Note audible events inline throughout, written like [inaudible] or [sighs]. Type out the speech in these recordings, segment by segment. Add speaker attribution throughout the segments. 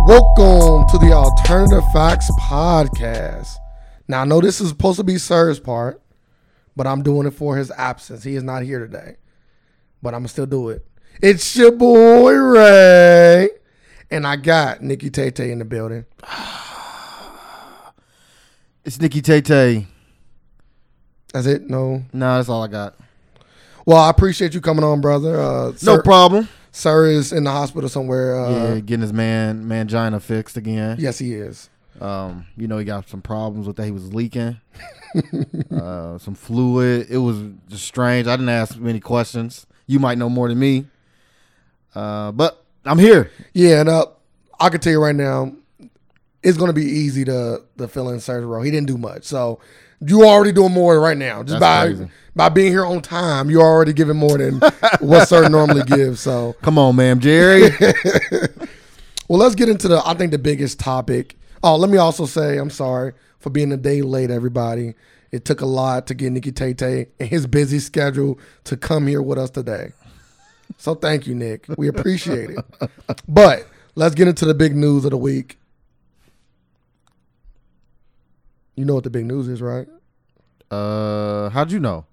Speaker 1: Welcome to the Alternative Facts Podcast. Now, I know this is supposed to be Sir's part, but I'm doing it for his absence. He is not here today, but I'm going to still do it. It's your boy, Ray. And I got Nikki Tay Tay in the building.
Speaker 2: It's Nikki Tay Tay.
Speaker 1: That's it? No.
Speaker 2: Nah, that's all I got.
Speaker 1: Well, I appreciate you coming on, brother. Uh,
Speaker 2: No
Speaker 1: Sir,
Speaker 2: problem.
Speaker 1: Sir is in the hospital somewhere. Uh,
Speaker 2: yeah, getting his man mangina fixed again.
Speaker 1: Yes, he is.
Speaker 2: Um, you know he got some problems with that. He was [laughs] leaking, uh, some fluid. It was just strange. I didn't ask many questions. You might know more than me. Uh, but I'm here.
Speaker 1: Yeah, and uh, I can tell you right now, it's gonna be easy to to fill in Serge's role. He didn't do much, so you already doing more right now just
Speaker 2: That's
Speaker 1: by
Speaker 2: crazy.
Speaker 1: by being here on time. You're already giving more than what Sir normally [laughs] gives. So,
Speaker 2: Come on, ma'am, [laughs] Jerry.
Speaker 1: well, let's get into the I think the biggest topic. Oh, let me also say I'm sorry for being a day late, everybody. It took a lot to get Nikki Tay Tay and his busy schedule to come here with us today. So thank you, Nick. We appreciate it. But let's get into the big news of the week. You know what the big news is, right?
Speaker 2: uh, how'd you know?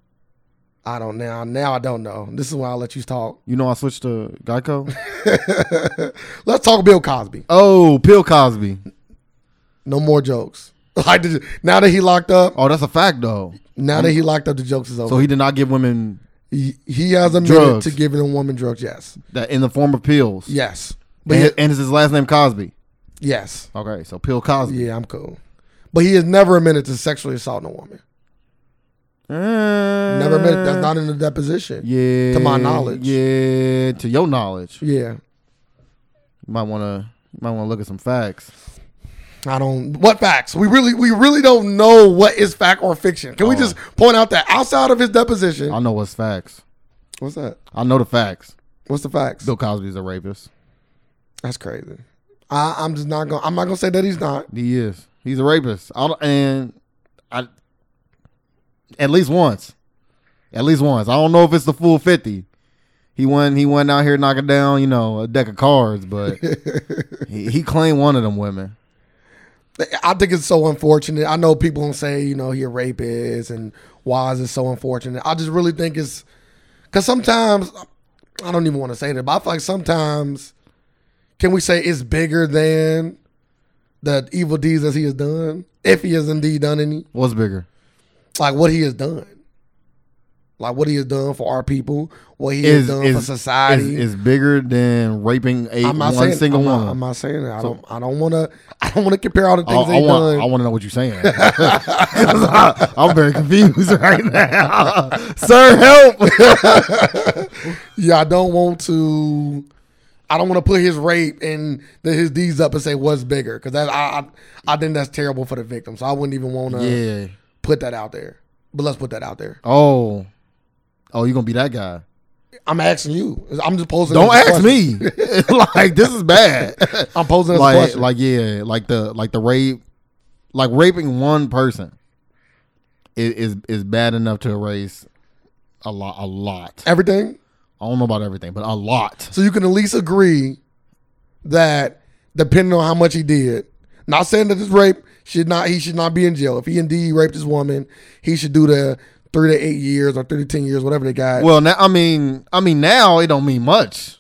Speaker 1: I don't now. Now I don't know. This is why I let you talk.
Speaker 2: You know I switched to Geico.
Speaker 1: Let's talk Bill Cosby.
Speaker 2: Oh, Bill Cosby.
Speaker 1: No more jokes. [laughs] Like the- now that he locked up,
Speaker 2: Oh, that's a fact though.
Speaker 1: now that he locked up, the jokes is
Speaker 2: So
Speaker 1: over.
Speaker 2: he did not give women
Speaker 1: he, he has admitted
Speaker 2: Drugs.
Speaker 1: to giving a woman drugs. Yes,
Speaker 2: that in the form of pills.
Speaker 1: yes, but
Speaker 2: But
Speaker 1: he-
Speaker 2: and, and it's his last name Cosby.
Speaker 1: yes,
Speaker 2: Okay, so Bill Cosby.
Speaker 1: yeah, I'm cool. But he has never admitted to sexually assaulting a woman.
Speaker 2: Uh,
Speaker 1: Never admitted. That's not in the deposition.
Speaker 2: yeah,
Speaker 1: to my knowledge.
Speaker 2: Yeah, to your knowledge. You
Speaker 1: yeah.
Speaker 2: might wanna you might wanna look at some facts.
Speaker 1: I don't. What facts? We really, we really don't know what is fact or fiction. Can we
Speaker 2: Oh.
Speaker 1: just point out that outside of his deposition?
Speaker 2: I know what's facts.
Speaker 1: uh, What's that?
Speaker 2: I know the facts.
Speaker 1: What's the facts?
Speaker 2: Bill Cosby's a rapist.
Speaker 1: That's crazy. I, I'm just not gonna. I'm not gonna say that he's not. [laughs]
Speaker 2: He is. He's a rapist. I don't- and I at least once. At least once. I don't know if it's the full fifty. He went he went out here knocking down, you know, a deck of
Speaker 1: [laughs]
Speaker 2: cards, but he, he claimed one of them women.
Speaker 1: I think it's so unfortunate. I know people don't say you know he a rapist and why is it so unfortunate. I just really think it's because sometimes I don't even want to say that, but I feel like sometimes can we say it's bigger than the evil deeds that he has done if he has indeed done any.
Speaker 2: What's bigger?
Speaker 1: like what he has done, like what he has done for our people, what he has done for society.
Speaker 2: Is, is bigger than raping a
Speaker 1: I'm not
Speaker 2: one
Speaker 1: saying
Speaker 2: single
Speaker 1: I'm
Speaker 2: woman.
Speaker 1: Not, I'm not saying that. I don't. I don't want to. I don't want to compare all the
Speaker 2: I,
Speaker 1: things
Speaker 2: I
Speaker 1: they've
Speaker 2: want, I
Speaker 1: done.
Speaker 2: want to know what you're
Speaker 1: [laughs]
Speaker 2: saying. [laughs] 'Cause I, am very confused [laughs] right now.
Speaker 1: [laughs]
Speaker 2: Sir, help.
Speaker 1: yeah, I don't want to. I don't want to put his rape and the, his deeds up and say what's bigger because that I, I I think that's terrible for the victim. So I wouldn't even want to
Speaker 2: yeah.
Speaker 1: put that out there. But let's put that out there.
Speaker 2: Oh. Oh, you're going to be that guy.
Speaker 1: I'm asking you. I'm just posing.
Speaker 2: Don't
Speaker 1: this
Speaker 2: ask
Speaker 1: question.
Speaker 2: me. [laughs] like, this is bad.
Speaker 1: [laughs] I'm posing this
Speaker 2: like,
Speaker 1: question.
Speaker 2: like, yeah. Like the, like the rape, like raping one person is, is, is bad enough to erase a lot, a lot.
Speaker 1: everything.
Speaker 2: I don't know about everything, but a lot.
Speaker 1: So you can at least agree that depending on how much he did, not saying that this rape should not he should not be in jail. If he indeed raped this woman, he should do the three to eight years or three to ten years, whatever they got.
Speaker 2: Well, now I mean, I mean now it don't mean much.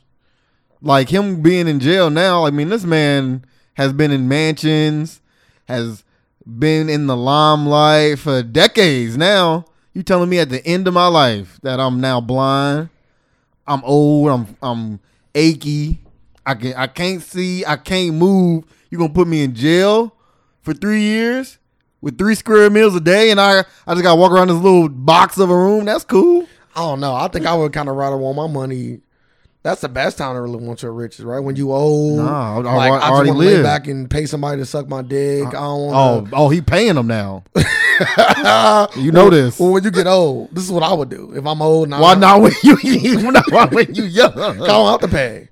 Speaker 2: Like him being in jail now, I mean this man has been in mansions, has been in the limelight for decades now. You telling me at the end of my life that I'm now blind, I'm old, I'm I'm achy, I can I can't see, I can't move. You gonna put me in jail for three years with three square meals a day, and I I just gotta walk around this little box of a room. That's cool.
Speaker 1: I don't know. I think I would kind of rather want my money. That's the best time to really want your riches, right? When you old,
Speaker 2: Nah, I- I
Speaker 1: like,
Speaker 2: already
Speaker 1: I just want to lay
Speaker 2: lived.
Speaker 1: back and pay somebody to suck my dick. I, don't
Speaker 2: Oh,
Speaker 1: want
Speaker 2: oh, he paying
Speaker 1: [laughs]
Speaker 2: them now. you know this.
Speaker 1: Well, when you get old, this is what I would do if I'm old. And
Speaker 2: Why [laughs]
Speaker 1: I'm, [laughs]
Speaker 2: not when you why not when you young?
Speaker 1: I don't have to pay.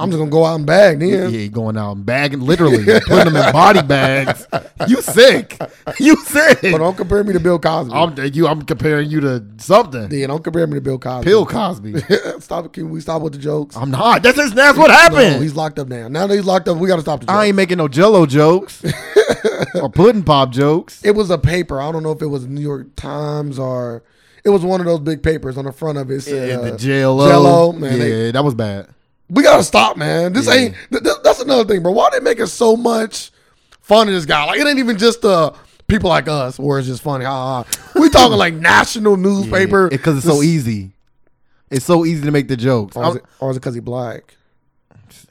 Speaker 1: I'm just gonna go out and bag
Speaker 2: Yeah,
Speaker 1: then.
Speaker 2: he going out and bagging, literally putting them in body bags. You
Speaker 1: [laughs]
Speaker 2: sick? You sick?
Speaker 1: But don't compare me to Bill Cosby.
Speaker 2: I'm you. I'm comparing you to something.
Speaker 1: yeah, don't compare me to Bill Cosby.
Speaker 2: Bill Cosby.
Speaker 1: [laughs] stop. Can we stop with the jokes?
Speaker 2: I'm not. That's just, that's what
Speaker 1: No,
Speaker 2: happened.
Speaker 1: he's locked up now. Now that he's locked up, we gotta stop the
Speaker 2: I
Speaker 1: jokes.
Speaker 2: ain't making no Jello
Speaker 1: [laughs]
Speaker 2: jokes or pudding pop jokes.
Speaker 1: It was a paper. I don't know if it was New York Times or it was one of those big papers on the front of it. Said,
Speaker 2: Yeah, the
Speaker 1: uh,
Speaker 2: Jello.
Speaker 1: Jell-O, man,
Speaker 2: yeah,
Speaker 1: they-
Speaker 2: that was bad.
Speaker 1: we gotta stop, man. This
Speaker 2: Yeah.
Speaker 1: ain't. Th- th- that's another thing, bro. Why they making so much fun of this guy? Like it ain't even just uh people like us where it's just funny. Ah, ah. we talking like
Speaker 2: [laughs]
Speaker 1: national newspaper
Speaker 2: because it's
Speaker 1: This-
Speaker 2: so easy. It's so easy to make the jokes.
Speaker 1: Or is
Speaker 2: I'm-
Speaker 1: it or is it because he black?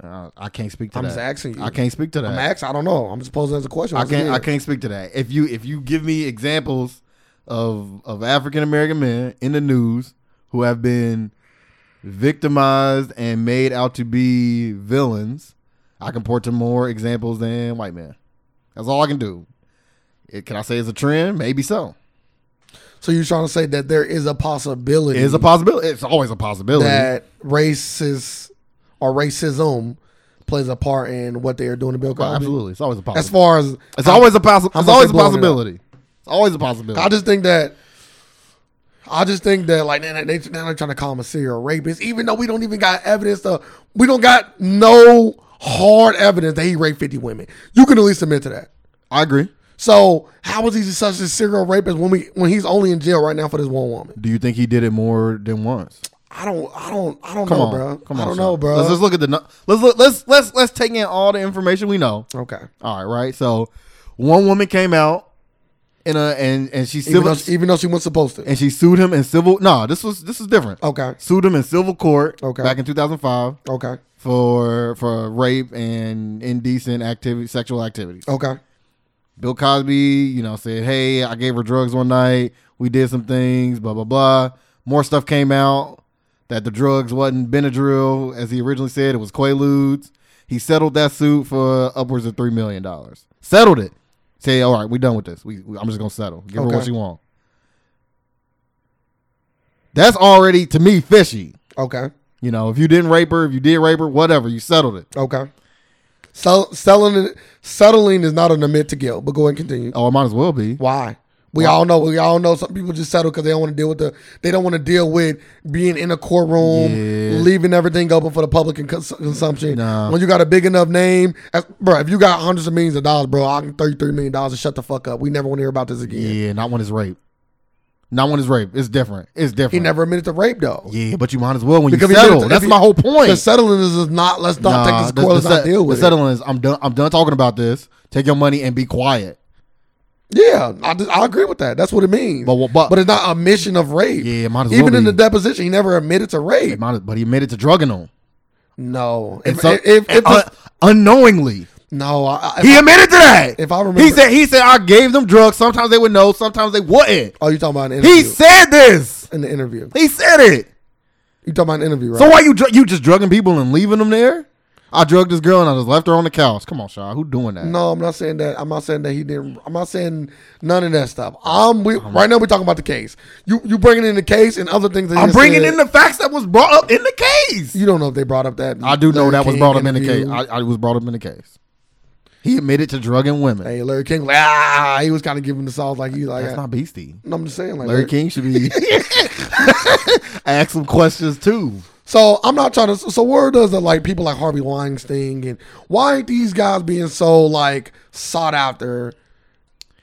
Speaker 2: Uh, I can't speak to
Speaker 1: I'm
Speaker 2: that.
Speaker 1: just asking you.
Speaker 2: I can't speak to that.
Speaker 1: I'm asking. I don't know. I'm just posing as a question.
Speaker 2: I
Speaker 1: Once
Speaker 2: can't. I
Speaker 1: again.
Speaker 2: can't speak to that. If you if you give me examples of of African American men in the news who have been victimized and made out to be villains, I can point to more examples than white men. That's all I can do. It, can I say it's a trend? Maybe so.
Speaker 1: So you're trying to say that there is a possibility
Speaker 2: It's a possibility. It's always a possibility.
Speaker 1: that racist or racism plays a part in what they are doing to Bill
Speaker 2: Well,
Speaker 1: Cosby.
Speaker 2: absolutely, it's always a
Speaker 1: As
Speaker 2: possibility.
Speaker 1: far as
Speaker 2: It's always a possible.
Speaker 1: how
Speaker 2: It's
Speaker 1: much
Speaker 2: always a
Speaker 1: they blowing it up?
Speaker 2: possibility. It's always a possibility.
Speaker 1: I just think that I just think that like now they now they're trying to call him a serial rapist, even though we don't even got evidence of we don't got no hard evidence that he raped fifty women. You can at least admit to that.
Speaker 2: I agree.
Speaker 1: So how is he such a serial rapist when we when he's only in jail right now for this one woman?
Speaker 2: Do you think he did it more than once?
Speaker 1: I don't I don't I don't
Speaker 2: Come
Speaker 1: know,
Speaker 2: on,
Speaker 1: bro.
Speaker 2: Come
Speaker 1: I
Speaker 2: on,
Speaker 1: don't
Speaker 2: son.
Speaker 1: know, bro.
Speaker 2: Let's just look at the. nu- Let's look. Let's let's let's take in all the information we know.
Speaker 1: okay.
Speaker 2: All right, right. So, one woman came out in a and and she
Speaker 1: Even
Speaker 2: civil
Speaker 1: though, she, even though she wasn't supposed to.
Speaker 2: and she sued him in civil. No, this was this is different.
Speaker 1: Okay.
Speaker 2: Sued him in civil court.
Speaker 1: Oh. Okay.
Speaker 2: Back in two thousand five
Speaker 1: Okay.
Speaker 2: for for rape and indecent activity, sexual activities.
Speaker 1: Okay.
Speaker 2: Bill Cosby, you know, said, "Hey, I gave her drugs one night. We did some things, blah blah blah." More stuff came out that the drugs wasn't Benadryl, as he originally said. It was Quaaludes. He settled that suit for upwards of three million dollars. Settled it. Say, "All right, we done with this. We, we- I'm just gonna settle. Give her
Speaker 1: Okay.
Speaker 2: what she want." That's already to me fishy.
Speaker 1: Okay.
Speaker 2: You know, if you didn't rape her, if you did rape her, whatever, you settled it.
Speaker 1: Okay. Sell, selling settling is not an admit to guilt, but go ahead and continue.
Speaker 2: Oh, it might as well be.
Speaker 1: Why? We all know. We all know. Some people just settle because they don't want to deal with the. They don't want to deal with being in a courtroom,
Speaker 2: Yeah.
Speaker 1: leaving everything open for the public and cons- consumption.
Speaker 2: Nah.
Speaker 1: When you got a big enough name, as, bro, if you got hundreds of millions of dollars, bro, I can thirty-three million dollars and shut the fuck up. We never want to hear about this again.
Speaker 2: Yeah, not when it's rape. Not when it's rape. It's different. It's different.
Speaker 1: He never admitted to rape though.
Speaker 2: Yeah, but you might as well when
Speaker 1: Because
Speaker 2: you
Speaker 1: if he
Speaker 2: settle.
Speaker 1: did it-
Speaker 2: That's
Speaker 1: if
Speaker 2: my
Speaker 1: he-
Speaker 2: whole point.
Speaker 1: The settling is, is not. Let's not
Speaker 2: Nah,
Speaker 1: take this court. Let's
Speaker 2: the
Speaker 1: not
Speaker 2: set-
Speaker 1: deal
Speaker 2: the
Speaker 1: with it.
Speaker 2: settling is I'm done. I'm done talking about this. Take your money and be quiet.
Speaker 1: Yeah, I, just- I agree with that. That's what it means.
Speaker 2: But what- but-
Speaker 1: it's not a mission of rape.
Speaker 2: Yeah, it might as well
Speaker 1: Even in
Speaker 2: be.
Speaker 1: the deposition, he never admitted to
Speaker 2: It
Speaker 1: rape.
Speaker 2: might as- but he admitted to drugging them.
Speaker 1: No,
Speaker 2: And
Speaker 1: if,
Speaker 2: so,
Speaker 1: if, if,
Speaker 2: and
Speaker 1: if
Speaker 2: un- unknowingly,
Speaker 1: no, I, I-
Speaker 2: he admitted to that.
Speaker 1: If I
Speaker 2: he
Speaker 1: remember-
Speaker 2: said he said I gave them drugs. Sometimes they would know. Sometimes they wouldn't.
Speaker 1: oh, you talking about an
Speaker 2: He
Speaker 1: interview?
Speaker 2: said this.
Speaker 1: in the interview,
Speaker 2: He said it.
Speaker 1: you talking about an interview, right?
Speaker 2: So why you dr- you just drugging people and leaving them there? I drugged this girl and I just left her on the couch. Come on, Shaw. Who doing that?
Speaker 1: no, I'm not saying that. I'm not saying that he didn't. I'm not saying none of that stuff. I'm we, right now. We're talking about the case. You you bringing in the case and other things. That he
Speaker 2: I'm
Speaker 1: just
Speaker 2: bringing
Speaker 1: said.
Speaker 2: in the facts that was brought up in the case.
Speaker 1: You don't know if they brought up that.
Speaker 2: I do know
Speaker 1: Larry
Speaker 2: that was
Speaker 1: King
Speaker 2: brought up in the case.
Speaker 1: interview.
Speaker 2: I, I was brought up in the case. He admitted to drugging women.
Speaker 1: hey, Larry King, like, ah, he was kind of giving the sauce like he like.
Speaker 2: That's not beastie.
Speaker 1: no, I'm just saying, like
Speaker 2: Larry King should be [laughs] ask some questions too.
Speaker 1: So I'm not trying to. So where does the like people like Harvey Weinstein and why ain't these guys being so like sought after?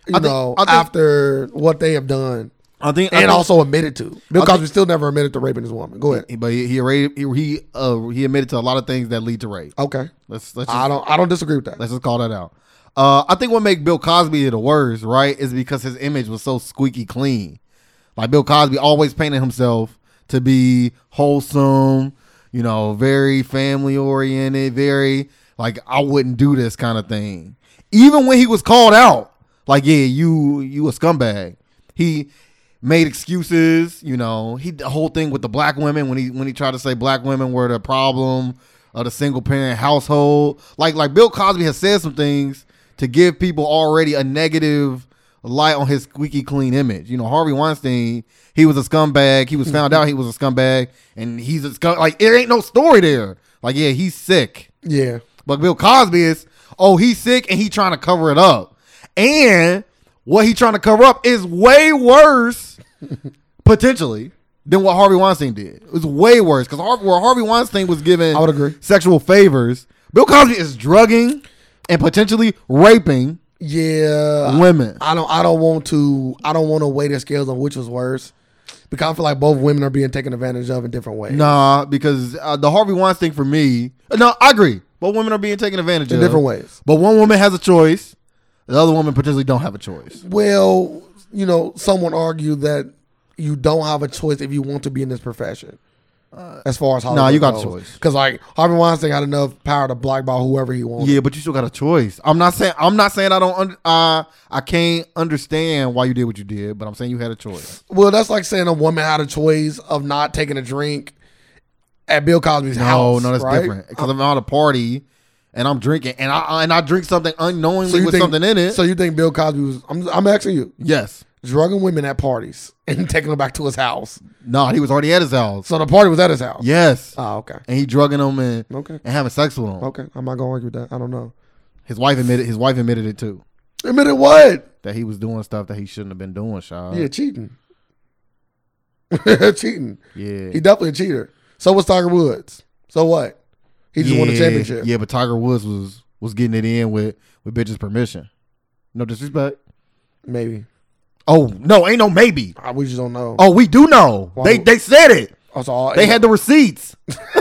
Speaker 1: You
Speaker 2: I think-
Speaker 1: know,
Speaker 2: I think-
Speaker 1: after what they have done
Speaker 2: I think,
Speaker 1: and also admitted to. Bill
Speaker 2: I think-
Speaker 1: Cosby still never admitted to raping his woman. Go ahead.
Speaker 2: but he he already- he he, uh, he admitted to a lot of things that lead to rape.
Speaker 1: Okay,
Speaker 2: Let's let's just,
Speaker 1: I don't. I don't disagree with that.
Speaker 2: let's just call that out. Uh, I think what made Bill Cosby the worst, right, is because his image was so squeaky clean. Like Bill Cosby always painted himself to be wholesome, you know, very family oriented, very like I wouldn't do this kind of thing. Even when he was called out, like yeah, you you a scumbag. He made excuses, you know. He the whole thing with the black women when he when he tried to say black women were the problem of the single parent household. Like like Bill Cosby has said some things to give people already a negative light on his squeaky clean image. You know, Harvey Weinstein, he was a scumbag. He was found out he was a scumbag, and he's a scum. Like it ain't no story there. Like, yeah, he's sick.
Speaker 1: Yeah.
Speaker 2: But Bill Cosby is, oh, he's sick and he trying to cover it up. And what he trying to cover up is way worse, [laughs] potentially, than what Harvey Weinstein did. It was way worse because Harvey, where Harvey Weinstein was giving
Speaker 1: I would agree.
Speaker 2: sexual favors, Bill Cosby is drugging and potentially raping
Speaker 1: Yeah.
Speaker 2: women.
Speaker 1: I don't I don't want to I don't want to weigh the scales on which was worse. Because I feel like both women are being taken advantage of in different ways.
Speaker 2: Nah, because uh, the Harvey Weinstein for me, no, I agree. But women are being taken advantage
Speaker 1: in
Speaker 2: of
Speaker 1: different ways.
Speaker 2: But one woman has a choice, the other woman potentially don't have a choice.
Speaker 1: Well, you know, someone argued that you don't have a choice if you want to be in this profession. As far as Hollywood
Speaker 2: you got a choice.
Speaker 1: because like Harvey Weinstein had enough power to blackball whoever he wanted.
Speaker 2: Yeah, but you still got a choice. I'm not saying I'm not saying I don't under, uh, I can't understand why you did what you did, but I'm saying you had a choice.
Speaker 1: Well, that's like saying a woman had a choice of not taking a drink at Bill Cosby's
Speaker 2: No,
Speaker 1: house.
Speaker 2: no, that's
Speaker 1: right?
Speaker 2: different. Because I'm at a party and I'm drinking and I and I drink something unknowingly
Speaker 1: So you
Speaker 2: with
Speaker 1: think-
Speaker 2: something in it.
Speaker 1: So you think Bill Cosby was? I'm, I'm asking you,
Speaker 2: yes.
Speaker 1: drugging women at parties [laughs] and taking them back to his house.
Speaker 2: No, he was already at his house.
Speaker 1: So the party was at his house.
Speaker 2: Yes.
Speaker 1: Oh, okay,
Speaker 2: and he drugging him and,
Speaker 1: okay,
Speaker 2: and having sex with him.
Speaker 1: okay. I'm not gonna argue with that. I don't know.
Speaker 2: His wife admitted his wife admitted it too.
Speaker 1: Admit it. What?
Speaker 2: That he was doing stuff that he shouldn't have been doing, Sean.
Speaker 1: Yeah, cheating. [laughs] cheating.
Speaker 2: Yeah.
Speaker 1: He definitely a cheater. So was Tiger Woods. So what? He just won the
Speaker 2: Yeah,
Speaker 1: championship.
Speaker 2: Yeah, but Tiger Woods was was getting it in with with bitches' permission. No disrespect.
Speaker 1: Maybe.
Speaker 2: Oh no, ain't no maybe.
Speaker 1: I, we just don't know.
Speaker 2: Oh, we do know.
Speaker 1: Why
Speaker 2: They
Speaker 1: would-
Speaker 2: they said it.
Speaker 1: Oh, so
Speaker 2: They had the receipts. [laughs]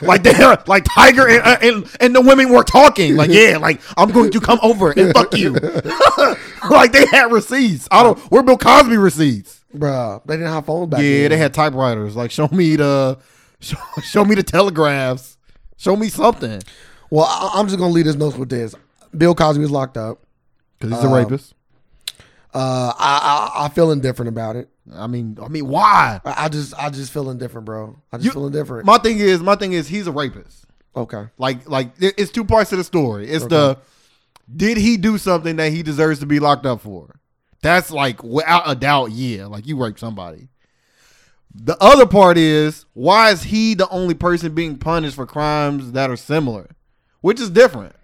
Speaker 2: like they like Tiger and, uh, and and the women were talking. Like yeah, like I'm going to come over and fuck you. [laughs] like they had receipts. I don't. Where Bill Cosby receipts?
Speaker 1: bruh. They didn't have phones back
Speaker 2: Yeah,
Speaker 1: then.
Speaker 2: they had typewriters. Like show me the show, [laughs] show me the telegraphs. Show me something.
Speaker 1: Well, I, I'm just gonna leave this note with this. Bill Cosby was locked up.
Speaker 2: Because he's a
Speaker 1: Um,
Speaker 2: rapist.
Speaker 1: Uh, I, I I feel indifferent about it.
Speaker 2: I mean, I mean, why?
Speaker 1: I, I just I just feel indifferent, bro. I just
Speaker 2: You-
Speaker 1: feel indifferent.
Speaker 2: My thing is, my thing is, he's a rapist.
Speaker 1: okay.
Speaker 2: Like, like there- it's two parts to the story. It's the did he do something that he deserves to be locked up for? That's like without a doubt, yeah. Like you raped somebody. The other part is why is he the only person being punished for crimes that are similar, which is different.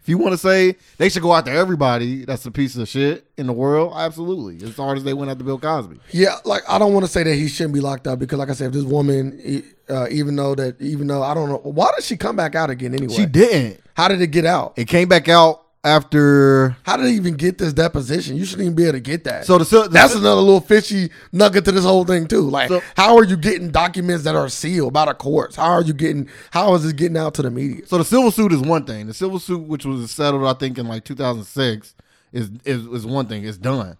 Speaker 2: If you want to say they should go after everybody that's a piece of shit in the world, absolutely. As hard as they went after Bill Cosby.
Speaker 1: Yeah, like I don't want to say that he shouldn't be locked up because, like I said, if this woman, e- uh, even though that, even though I don't know, why did she come back out again anyway?
Speaker 2: She didn't.
Speaker 1: How did it get out?
Speaker 2: It came back out after
Speaker 1: How did they even get this deposition? You shouldn't even be able to get that.
Speaker 2: So the, so the
Speaker 1: that's another little fishy nugget to this whole thing too. Like,
Speaker 2: So-
Speaker 1: how are you getting documents that are sealed by the courts? How are you getting? How is this getting out to the media?
Speaker 2: so the civil suit is one thing. The civil suit, which was settled, I think, in like 2006, is is, is one thing. It's done.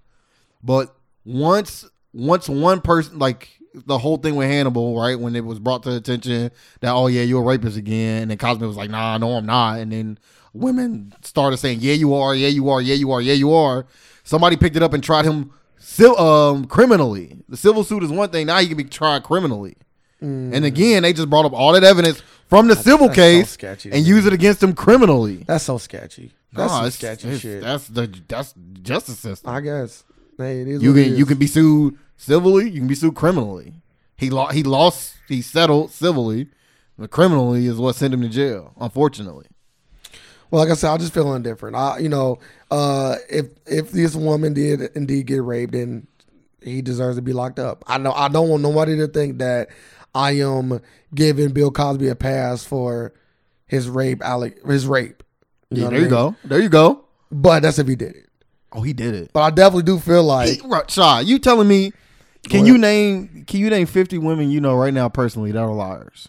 Speaker 2: But once once one person, like the whole thing with Hannibal, right? When it was brought to attention that oh yeah, you're a rapist again, and then Cosby was like, nah, no, I'm not. And then women started saying, yeah, you are, yeah, you are, yeah, you are, yeah, you are. Somebody picked it up and tried him. civ- Um, criminally, the civil suit is one thing. Now he can be tried criminally. And again, they just brought up all that evidence from the civil
Speaker 1: Mm. that's so
Speaker 2: case
Speaker 1: sketchy to
Speaker 2: and
Speaker 1: me.
Speaker 2: use it against him criminally.
Speaker 1: That's so sketchy. That's
Speaker 2: Nah,
Speaker 1: some
Speaker 2: it's-
Speaker 1: sketchy
Speaker 2: it's-
Speaker 1: shit.
Speaker 2: That's the that's the justice system.
Speaker 1: I guess. Hey, it is
Speaker 2: You
Speaker 1: what it
Speaker 2: can
Speaker 1: is.
Speaker 2: you can be sued civilly. You can be sued criminally. He lost. He lost. He settled civilly. But criminally is what sent him to jail. Unfortunately,
Speaker 1: Well, like I said, I just feel indifferent. I, you know, uh, if if this woman did indeed get raped, then he deserves to be locked up. I know. I don't want nobody to think that I am giving Bill Cosby a pass for his rape. Alec, his rape. know
Speaker 2: yeah,
Speaker 1: what I
Speaker 2: there you
Speaker 1: mean?
Speaker 2: go. There you go.
Speaker 1: But that's if he did it.
Speaker 2: Oh, he did it.
Speaker 1: But I definitely do feel like
Speaker 2: Hey, right, Shaw, you telling me? Can
Speaker 1: What?
Speaker 2: you name? Can you name fifty women you know right now personally that are liars?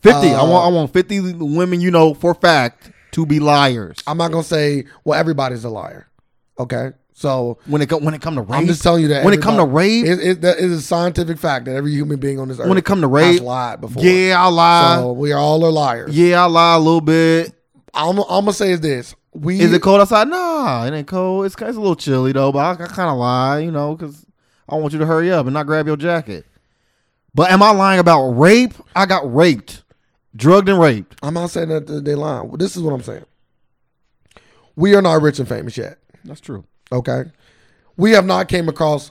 Speaker 2: Fifty. I
Speaker 1: Uh,
Speaker 2: want. I want fifty women you know for fact to be liars.
Speaker 1: I'm not gonna say well everybody's a liar. Okay, so
Speaker 2: When it come when it come to rape.
Speaker 1: I'm just telling you that
Speaker 2: when it come to
Speaker 1: everybody-
Speaker 2: rape.
Speaker 1: it, it, that is a scientific fact that every human being on this earth
Speaker 2: when it come to
Speaker 1: has
Speaker 2: rape.
Speaker 1: lied before.
Speaker 2: Yeah, I lie.
Speaker 1: So we are all are liars.
Speaker 2: Yeah, I lie a little bit.
Speaker 1: I'm, I'm gonna say is this: we
Speaker 2: Is it cold outside? Nah, it ain't cold. It's, it's a little chilly though, but I, I kind of lie, you know, because I want you to hurry up and not grab your jacket. But am I lying about rape? I got raped, drugged and raped.
Speaker 1: I'm not saying that they lying. This is what I'm saying: we are not rich and famous yet.
Speaker 2: That's true.
Speaker 1: Okay, we have not came across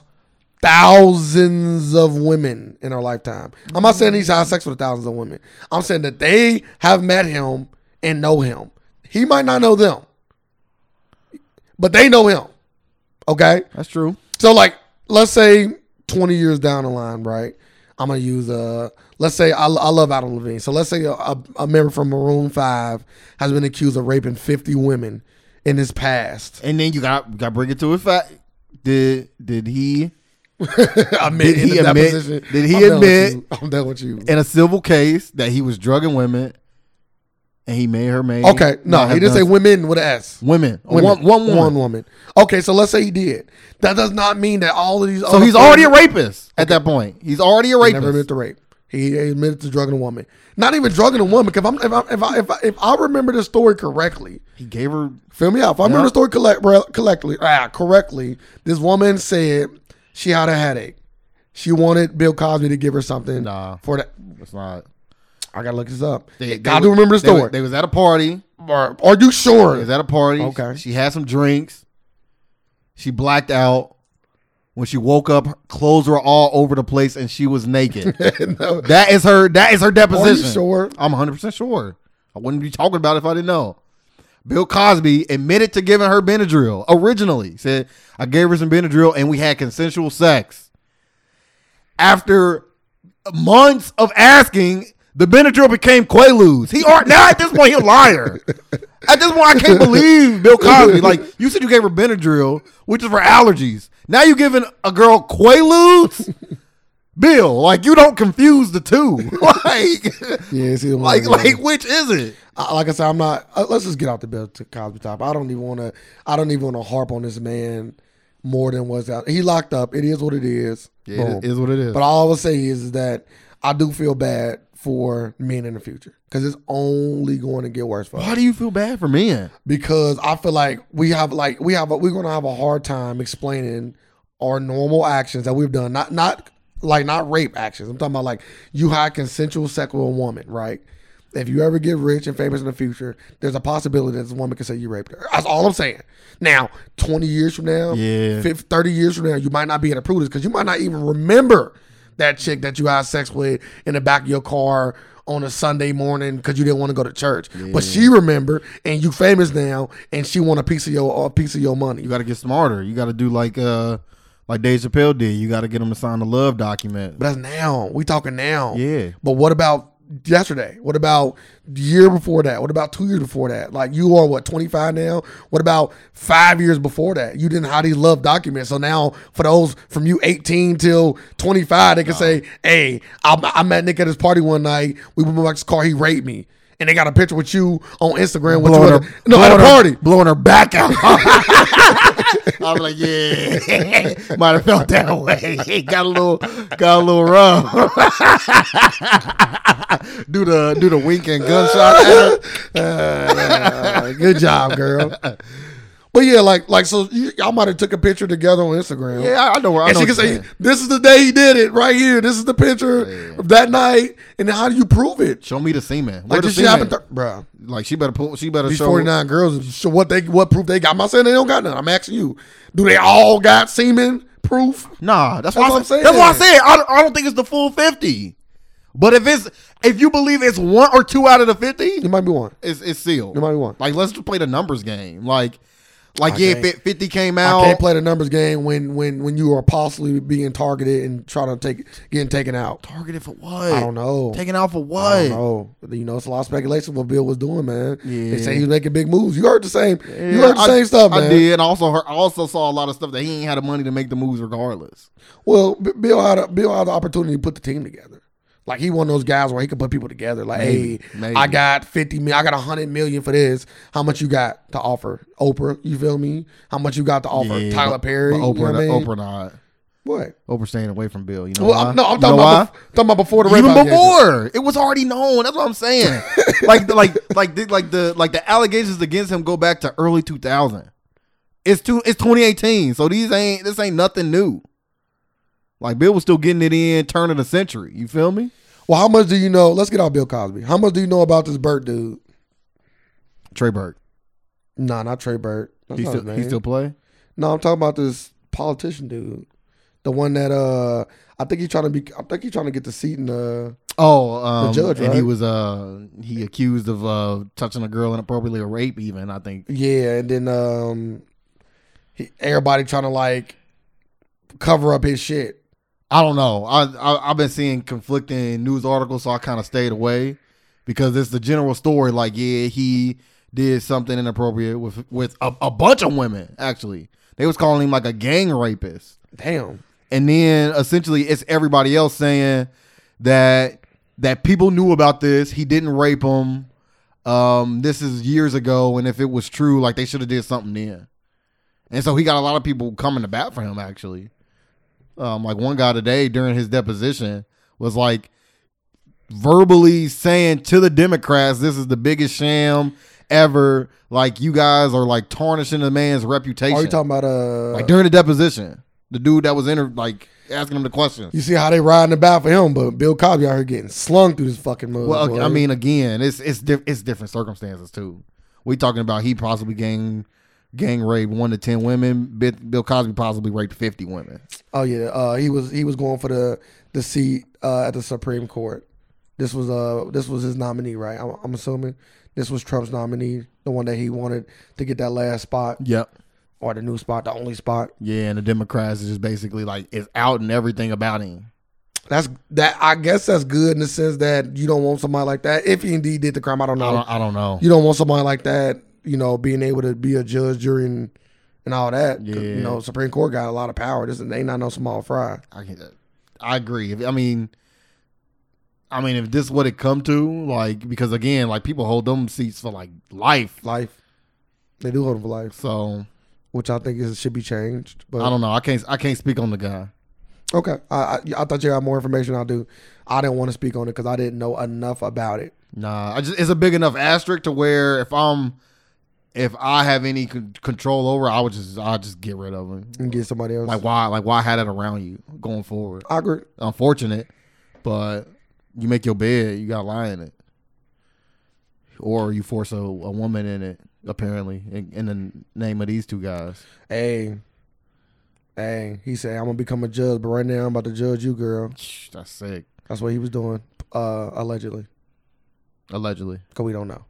Speaker 1: thousands of women in her lifetime. I'm not saying he's had sex with thousands of women. I'm saying that they have met him and know him. He might not know them, but they know him. Okay?
Speaker 2: That's true.
Speaker 1: So like, let's say twenty years down the line, right? I'm gonna use a. Let's say I, I love Adam Levine. So let's say a, a, a member from Maroon Five has been accused of raping fifty women in his [laughs] past.
Speaker 2: And then you got got bring it to a fact. Did did he
Speaker 1: admit
Speaker 2: Did he
Speaker 1: in the
Speaker 2: admit-
Speaker 1: deposition,
Speaker 2: did he
Speaker 1: I'm done with
Speaker 2: admit-
Speaker 1: you. I'm done with you.
Speaker 2: in a civil case that he was drugging women, and he made her man?
Speaker 1: [laughs] Okay, no, he didn't say women with an S.
Speaker 2: women. women.
Speaker 1: One,
Speaker 2: One, one woman.
Speaker 1: one woman. Okay, so let's say he did. That does not mean that all of these.
Speaker 2: So he's already a rapist at that point. He's already a rapist.
Speaker 1: Never admitted to rape. He admitted to drugging a woman. Not even drugging a woman. 'cause If, I'm, if, I, if, I, if, I, if I remember the story correctly,
Speaker 2: he gave her.
Speaker 1: Feel me out. If I remember the story collect, re- collectly, ah, correctly, this woman said she had a headache. She wanted Bill Cosby to give her something
Speaker 2: Nah.
Speaker 1: for that.
Speaker 2: It's not.
Speaker 1: I gotta look this up.
Speaker 2: They- they
Speaker 1: I
Speaker 2: were-
Speaker 1: do remember the
Speaker 2: they were-
Speaker 1: story.
Speaker 2: They was at a party.
Speaker 1: are, are you
Speaker 2: They
Speaker 1: sure?
Speaker 2: was at a party.
Speaker 1: Okay.
Speaker 2: She had some drinks. She blacked out. When she woke up, her clothes were all over the place, and she was naked.
Speaker 1: [laughs] No.
Speaker 2: that is her. That is her
Speaker 1: Are you
Speaker 2: deposition.
Speaker 1: sure?
Speaker 2: I'm 100 percent sure. I wouldn't be talking about it if I didn't know. Bill Cosby admitted to giving her Benadryl originally. Said I gave her some Benadryl and we had consensual sex. After months of asking, the Benadryl became Quaaludes. He are now at this point he's a liar. At this point, I can't believe Bill Cosby. Like you said, you gave her Benadryl, which is for allergies. Now you giving a girl Quaaludes. Bill, like you don't confuse the [laughs] two. Like
Speaker 1: Yeah, it's either one or
Speaker 2: like,
Speaker 1: the other.
Speaker 2: like, which is it?
Speaker 1: I- like I said, I'm not. Uh, let's just get out the Bill to Cosby top. I don't even want to. I don't even want to harp on this man more than was out. He locked up. It is what it is. Boom.
Speaker 2: what it is.
Speaker 1: But all I will say is, is that I do feel bad for men in the future because it's only going to get worse for us.
Speaker 2: Why do you feel bad for men?
Speaker 1: Because I feel like we have like we have a, we're going to have a hard time explaining our normal actions that we've done. Not not like not rape actions. I'm talking about like you had consensual sex with a woman, right? If you ever get rich and famous in the future, there's a possibility that this woman can say you raped her. That's all I'm saying. Now, 20 years from now,
Speaker 2: Yeah.
Speaker 1: 50, 30 years from now, you might not be in a prudence because you might not even remember that chick that you had sex with in the back of your car on a Sunday morning because you didn't want to go to church. But she remembered, and you famous now, and she want a piece of your a piece of your money.
Speaker 2: You got to get smarter. You got to do like uh like Dave Chappelle did. You got to get them to sign the love document. [laughs]
Speaker 1: But that's now. We talking now.
Speaker 2: Yeah.
Speaker 1: But what about yesterday? What about the year before that? What about two years before that? Like you are what twenty five now. What about five years before that? You didn't have these love documents. So now for those from you eighteen till twenty five, they can say, "Hey, I, I met Nick at his party one night. We went back to his car. He raped me." And they got a picture with you on Instagram with you
Speaker 2: Blowing
Speaker 1: at
Speaker 2: her-
Speaker 1: a- no at a
Speaker 2: blowing her-
Speaker 1: party.
Speaker 2: blowing her back out.
Speaker 1: [laughs]
Speaker 2: I'm like, yeah, [laughs] might have felt that way. [laughs] got a little, got a little rough. [laughs] do the do the wink and gunshot. [laughs] at her.
Speaker 1: Uh, good job, girl. But yeah, like like so you, y'all might have took a picture together on Instagram.
Speaker 2: Yeah, I, I know where I
Speaker 1: and
Speaker 2: know
Speaker 1: she can
Speaker 2: what you're
Speaker 1: say,
Speaker 2: saying.
Speaker 1: "This is the day he did it, right here. This is the picture of that night." And then how do you prove it?
Speaker 2: Show me the semen. Where
Speaker 1: Like
Speaker 2: the
Speaker 1: this shit
Speaker 2: semen?
Speaker 1: happened, th- bro.
Speaker 2: Like she better pull. She better
Speaker 1: These
Speaker 2: show.
Speaker 1: forty nine girls, so what they what proof they got? I'm not saying they don't got none. I'm asking you, do they all got semen proof?
Speaker 2: Nah, that's, what
Speaker 1: what
Speaker 2: I'm
Speaker 1: I'm
Speaker 2: saying. That's what I
Speaker 1: saying.
Speaker 2: said. I, don't- I don't think it's the full fifty. But if it's if you believe it's one or two out of the fifty,
Speaker 1: It might be one.
Speaker 2: it's it's sealed.
Speaker 1: It might be one.
Speaker 2: Like let's just play the numbers game. Like like yeah,
Speaker 1: can't-
Speaker 2: if it- fifty came
Speaker 1: I can't
Speaker 2: out,
Speaker 1: play the numbers game when when when you are possibly being targeted and trying to take getting taken out.
Speaker 2: targeted for what?
Speaker 1: I don't know.
Speaker 2: Taken out for what?
Speaker 1: I don't know. You know, it's a lot of speculation what Bill was doing, man.
Speaker 2: Yeah.
Speaker 1: They say he was making big moves. You heard the same.
Speaker 2: Yeah,
Speaker 1: you heard the
Speaker 2: I-
Speaker 1: same stuff, man.
Speaker 2: I did. I also heard, I also saw a lot of stuff that he ain't had the money to make the moves regardless.
Speaker 1: Well, B- Bill had a, Bill had the opportunity to put the team together. Like he one of those guys where he could put people together. Like,
Speaker 2: Maybe,
Speaker 1: hey,
Speaker 2: maybe.
Speaker 1: I got fifty mil, I got hundred million for this. How much you got to offer, Oprah? You feel me? How much you got to offer,
Speaker 2: Yeah,
Speaker 1: Tyler
Speaker 2: but-
Speaker 1: Perry?
Speaker 2: but
Speaker 1: you know
Speaker 2: Oprah,
Speaker 1: what I mean?
Speaker 2: Oprah not.
Speaker 1: What?
Speaker 2: Oprah staying away from Bill. You know
Speaker 1: Well,
Speaker 2: why?
Speaker 1: I'm, no, I'm
Speaker 2: You know
Speaker 1: talking
Speaker 2: why?
Speaker 1: about, bef- talking about before the Red
Speaker 2: even
Speaker 1: Hot Games.
Speaker 2: before it was already known. That's what
Speaker 1: [laughs]
Speaker 2: I'm saying. like the, like like the, like the like the allegations against him go back to early 2000. It's two it's 2018, so these ain't this ain't nothing new. Like Bill was still getting it in turn of the century. You feel me?
Speaker 1: Well, how much do you know? Let's get off Bill Cosby. How much do you know about this Burt dude?
Speaker 2: Trey Burke,
Speaker 1: Nah, not Trey Burt. That's
Speaker 2: he
Speaker 1: not
Speaker 2: still
Speaker 1: his
Speaker 2: he
Speaker 1: name.
Speaker 2: still play.
Speaker 1: No, I'm talking about this politician dude The one that uh, I think he's trying to be. I think he's trying to get the seat in the.
Speaker 2: Oh, um,
Speaker 1: judge,
Speaker 2: and he
Speaker 1: right?
Speaker 2: was uh he accused of uh touching a girl inappropriately or rape even I think.
Speaker 1: Yeah, and then um, he, everybody trying to like cover up his shit.
Speaker 2: I don't know. I, I I've been seeing conflicting news articles, so I kind of stayed away because it's the general story. Like, yeah, he did something inappropriate with with a, a bunch of women. Actually, they was calling him like a gang rapist,
Speaker 1: Damn.
Speaker 2: and then essentially it's everybody else saying that that people knew about this. He didn't rape them. Um, this is years ago, and if it was true, like they should have did something then. And so he got a lot of people coming to bat for him. Actually, um, like one guy today during his deposition was like verbally saying to the Democrats, "This is the biggest sham ever. Like you guys are like tarnishing the man's reputation."
Speaker 1: Are you talking about uh?
Speaker 2: like during the deposition, the dude that was inter like asking him the questions.
Speaker 1: you see how they riding the bat for him, but Bill Cosby out here getting slung through this fucking mug.
Speaker 2: Well,
Speaker 1: boy.
Speaker 2: I mean, again, it's it's diff- it's different circumstances too. We talking about he possibly gang gang raped one to ten women. Bi- Bill Cosby possibly raped fifty women.
Speaker 1: Oh yeah, uh, he was he was going for the the seat uh, at the Supreme Court. This was uh this was his nominee, right? I'm, I'm assuming this was Trump's nominee, the one that he wanted to get that last spot
Speaker 2: Yep.
Speaker 1: or the new spot, the only spot.
Speaker 2: Yeah, and the Democrats is just basically like it's out and everything about him.
Speaker 1: That's that. I guess that's good in the sense that you don't want somebody like that. If he indeed did the crime, I don't
Speaker 2: I
Speaker 1: know.
Speaker 2: don't, I don't know.
Speaker 1: You don't want somebody like that, you know, being able to be a judge during and all that. 'Cause,
Speaker 2: Yeah.
Speaker 1: You know, Supreme Court got a lot of power. This ain't not no small fry.
Speaker 2: I, can- I agree. If- I mean, I mean, if this what it come to, like, because again, like people hold them seats for like life.
Speaker 1: Life, they do hold him for life,
Speaker 2: So
Speaker 1: which I think is should be changed. But
Speaker 2: I don't know. I can't. I can't speak on the guy.
Speaker 1: Okay, I, I I thought you had more information. I do. I didn't want to speak on it because I didn't know enough about it.
Speaker 2: Nah, I just it's a big enough asterisk to where if I'm if I have any con- control over, I would just I just get rid of him.
Speaker 1: And get somebody else.
Speaker 2: Like why? Like why had it around you going forward?
Speaker 1: awkward.
Speaker 2: Unfortunate, but you make your bed, you got to lie in it, or you force a, a woman in it. Apparently, in, in the name of these two guys.
Speaker 1: Hey, hey. He said I'm gonna become a judge, but right now I'm about to judge you, girl.
Speaker 2: That's sick.
Speaker 1: That's what he was doing, uh, allegedly.
Speaker 2: Allegedly,
Speaker 1: Cause we don't know.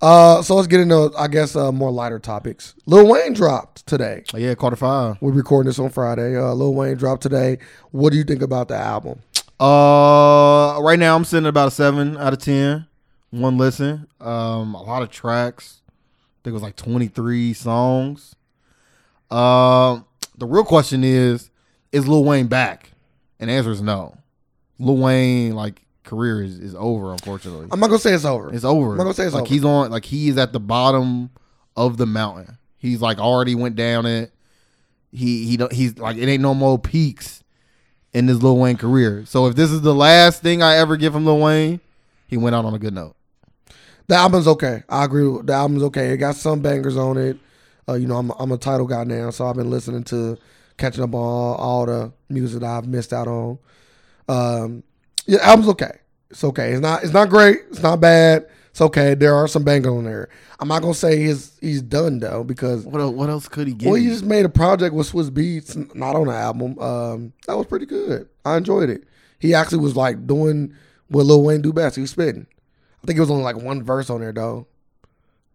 Speaker 1: Uh, so let's get into I guess uh, more lighter topics. Lil Wayne dropped today.
Speaker 2: oh, yeah, quarter five.
Speaker 1: We're recording this on Friday. Uh, Lil Wayne dropped today. What do you think about the album?
Speaker 2: Uh, right now I'm sitting at about a seven out of ten. One listen, um, a lot of tracks. I think it was like 23 songs. Um, the real question is, is Lil Wayne back? And the answer is no. Lil Wayne like career is, is over. Unfortunately,
Speaker 1: I'm not gonna say it's over.
Speaker 2: it's over.
Speaker 1: I'm not gonna say it's
Speaker 2: like
Speaker 1: over.
Speaker 2: he's on like he is at the bottom of the mountain. He's like already went down it. He he don't- he's like it ain't no more peaks in this Lil Wayne career. So if this is the last thing I ever get from Lil Wayne, he went out on a good note.
Speaker 1: The album's okay. I agree. With, the album's okay. It got some bangers on it. Uh, you know, I'm I'm a title guy now, so I've been listening to catching up on all, all the music that I've missed out on. Um, yeah, album's okay. It's okay. It's not it's not great. It's not bad. It's okay. There are some bangers on there. I'm not gonna say he's he's done though because
Speaker 2: What el- what else could he get?
Speaker 1: well, he just made a project with Swiss Beats, n- not on the album. Um, that was pretty good. I enjoyed it. He actually was like doing what Lil Wayne do best. He was spitting. I think it was only like one verse on there though,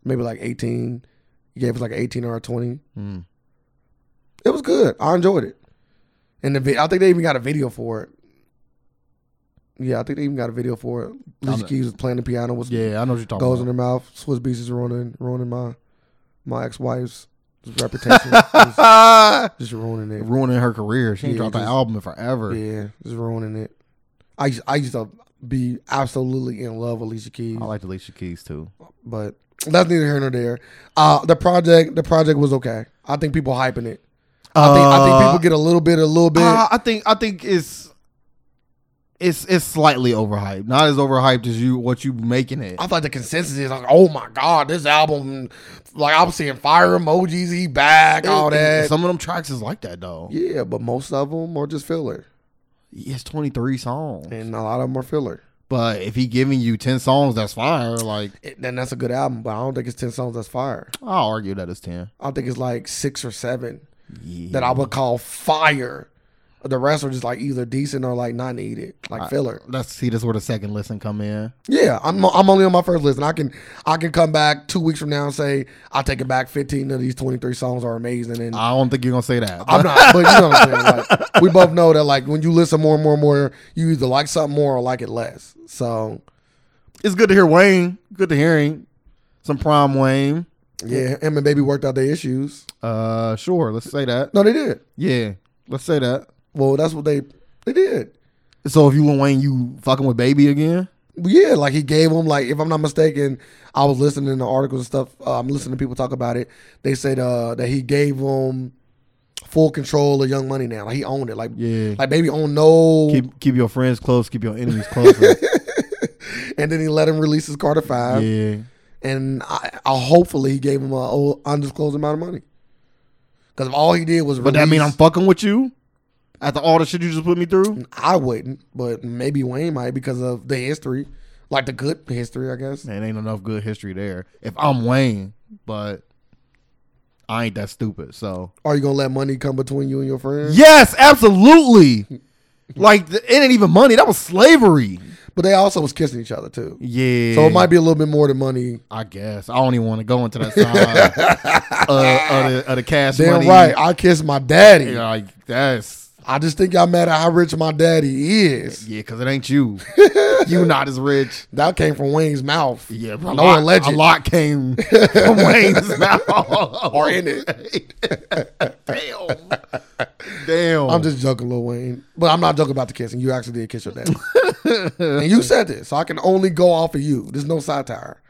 Speaker 1: maybe like eighteen. He gave us like eighteen or a twenty.
Speaker 2: Hmm.
Speaker 1: It was good. I enjoyed it. And the vi- I think they even got a video for it. Yeah, I think they even got a video for it. Alicia
Speaker 2: I'm-
Speaker 1: Keys was playing the piano. Was
Speaker 2: yeah, I know what you're talking
Speaker 1: goes in
Speaker 2: about.
Speaker 1: her mouth. Swiss Beats is ruining ruining my my ex
Speaker 2: [laughs]
Speaker 1: wife's reputation. Just- just ruining it.
Speaker 2: Ruining her career. She ain't
Speaker 1: Yeah,
Speaker 2: dropped an
Speaker 1: just-
Speaker 2: album in forever.
Speaker 1: Yeah, just ruining it. I used, I used to be absolutely in love with Alicia Keys,
Speaker 2: I like Alicia Keys too.
Speaker 1: but that's neither here nor there. Uh, the project, the project was okay. I think people hyping it. I think, I think people get a little bit, a little bit.
Speaker 2: Uh, I think I think it's it's it's slightly overhyped. Not as overhyped as you what you making it.
Speaker 1: I thought the consensus is like, oh my god, this album, like I'm seeing fire emojis, he back, all that.
Speaker 2: Some of them tracks is like that though.
Speaker 1: Yeah, but most of them are just filler,
Speaker 2: It's twenty three songs,
Speaker 1: and a lot of them are filler.
Speaker 2: but if he giving you ten songs, that's fire. Like
Speaker 1: It, then that's a good album, but I don't think it's ten songs that's fire.
Speaker 2: I'll argue that it's ten.
Speaker 1: I think it's like six or seven.
Speaker 2: Yeah.
Speaker 1: that I would call fire. the rest are just like either decent or like not needed, like
Speaker 2: I-
Speaker 1: filler.
Speaker 2: Let's see. That's where the second listen come in.
Speaker 1: Yeah, I'm I'm only on my first listen. I can I can come back two weeks from now and say I take it back. Fifteen of these twenty three songs are amazing, and
Speaker 2: I don't think you're gonna say that.
Speaker 1: I'm not. But you know what I'm saying.
Speaker 2: [laughs]
Speaker 1: Like, we both know that like when you listen more and more and more, you either like something more or like it less. So
Speaker 2: it's good to hear Wayne. Good to hear him. Some prime Wayne.
Speaker 1: yeah, him and Baby worked out their issues.
Speaker 2: Uh, sure. Let's say that.
Speaker 1: No, they did.
Speaker 2: Yeah, let's say that.
Speaker 1: Well, that's what they they did.
Speaker 2: So if you and Wayne, you fucking with Baby again?
Speaker 1: Yeah, like he gave him like if I'm not mistaken, I was listening to articles and stuff. Uh, I'm listening to people talk about it. They said uh, that he gave him full control of Young Money now. Like he owned it. Like
Speaker 2: Yeah.
Speaker 1: like baby owned no.
Speaker 2: Keep keep your friends close. Keep your enemies [laughs] closer.
Speaker 1: and then he let him release his Carter Five,
Speaker 2: yeah.
Speaker 1: and I, I hopefully he gave him an undisclosed amount of money. Because if all he did was,
Speaker 2: But that mean I'm
Speaker 1: release-
Speaker 2: fucking with you after all the shit you just put me through.
Speaker 1: I wouldn't, but maybe Wayne might because of the history, like the good history, I guess.
Speaker 2: Man, ain't enough good history there. If I'm Wayne, but I ain't that stupid. So
Speaker 1: Are you gonna let money come between you and your friends?
Speaker 2: yes, absolutely. Like th- it ain't even money. That was slavery.
Speaker 1: But they also was kissing each other too.
Speaker 2: Yeah.
Speaker 1: So it might be a little bit more than money.
Speaker 2: I guess I don't even want to go into that [laughs] side of, of, the, [laughs] of the cash
Speaker 1: Damn
Speaker 2: money.
Speaker 1: right, I kissed my daddy.
Speaker 2: Yeah, Like that's
Speaker 1: I just think y'all mad at how rich my daddy is.
Speaker 2: yeah, because it ain't [laughs] you. you not as rich.
Speaker 1: That came from Wayne's mouth. [laughs]
Speaker 2: Yeah,
Speaker 1: no
Speaker 2: a lot,
Speaker 1: legend.
Speaker 2: A lot
Speaker 1: [laughs]
Speaker 2: came from Wayne's mouth
Speaker 1: Or in it.
Speaker 2: [laughs] Damn. Damn.
Speaker 1: I'm just joking, Lil Wayne. But I'm not joking about the kissing. You actually did kiss your
Speaker 2: [laughs]
Speaker 1: daddy. and you said this, so I can only go off of you. There's no satire.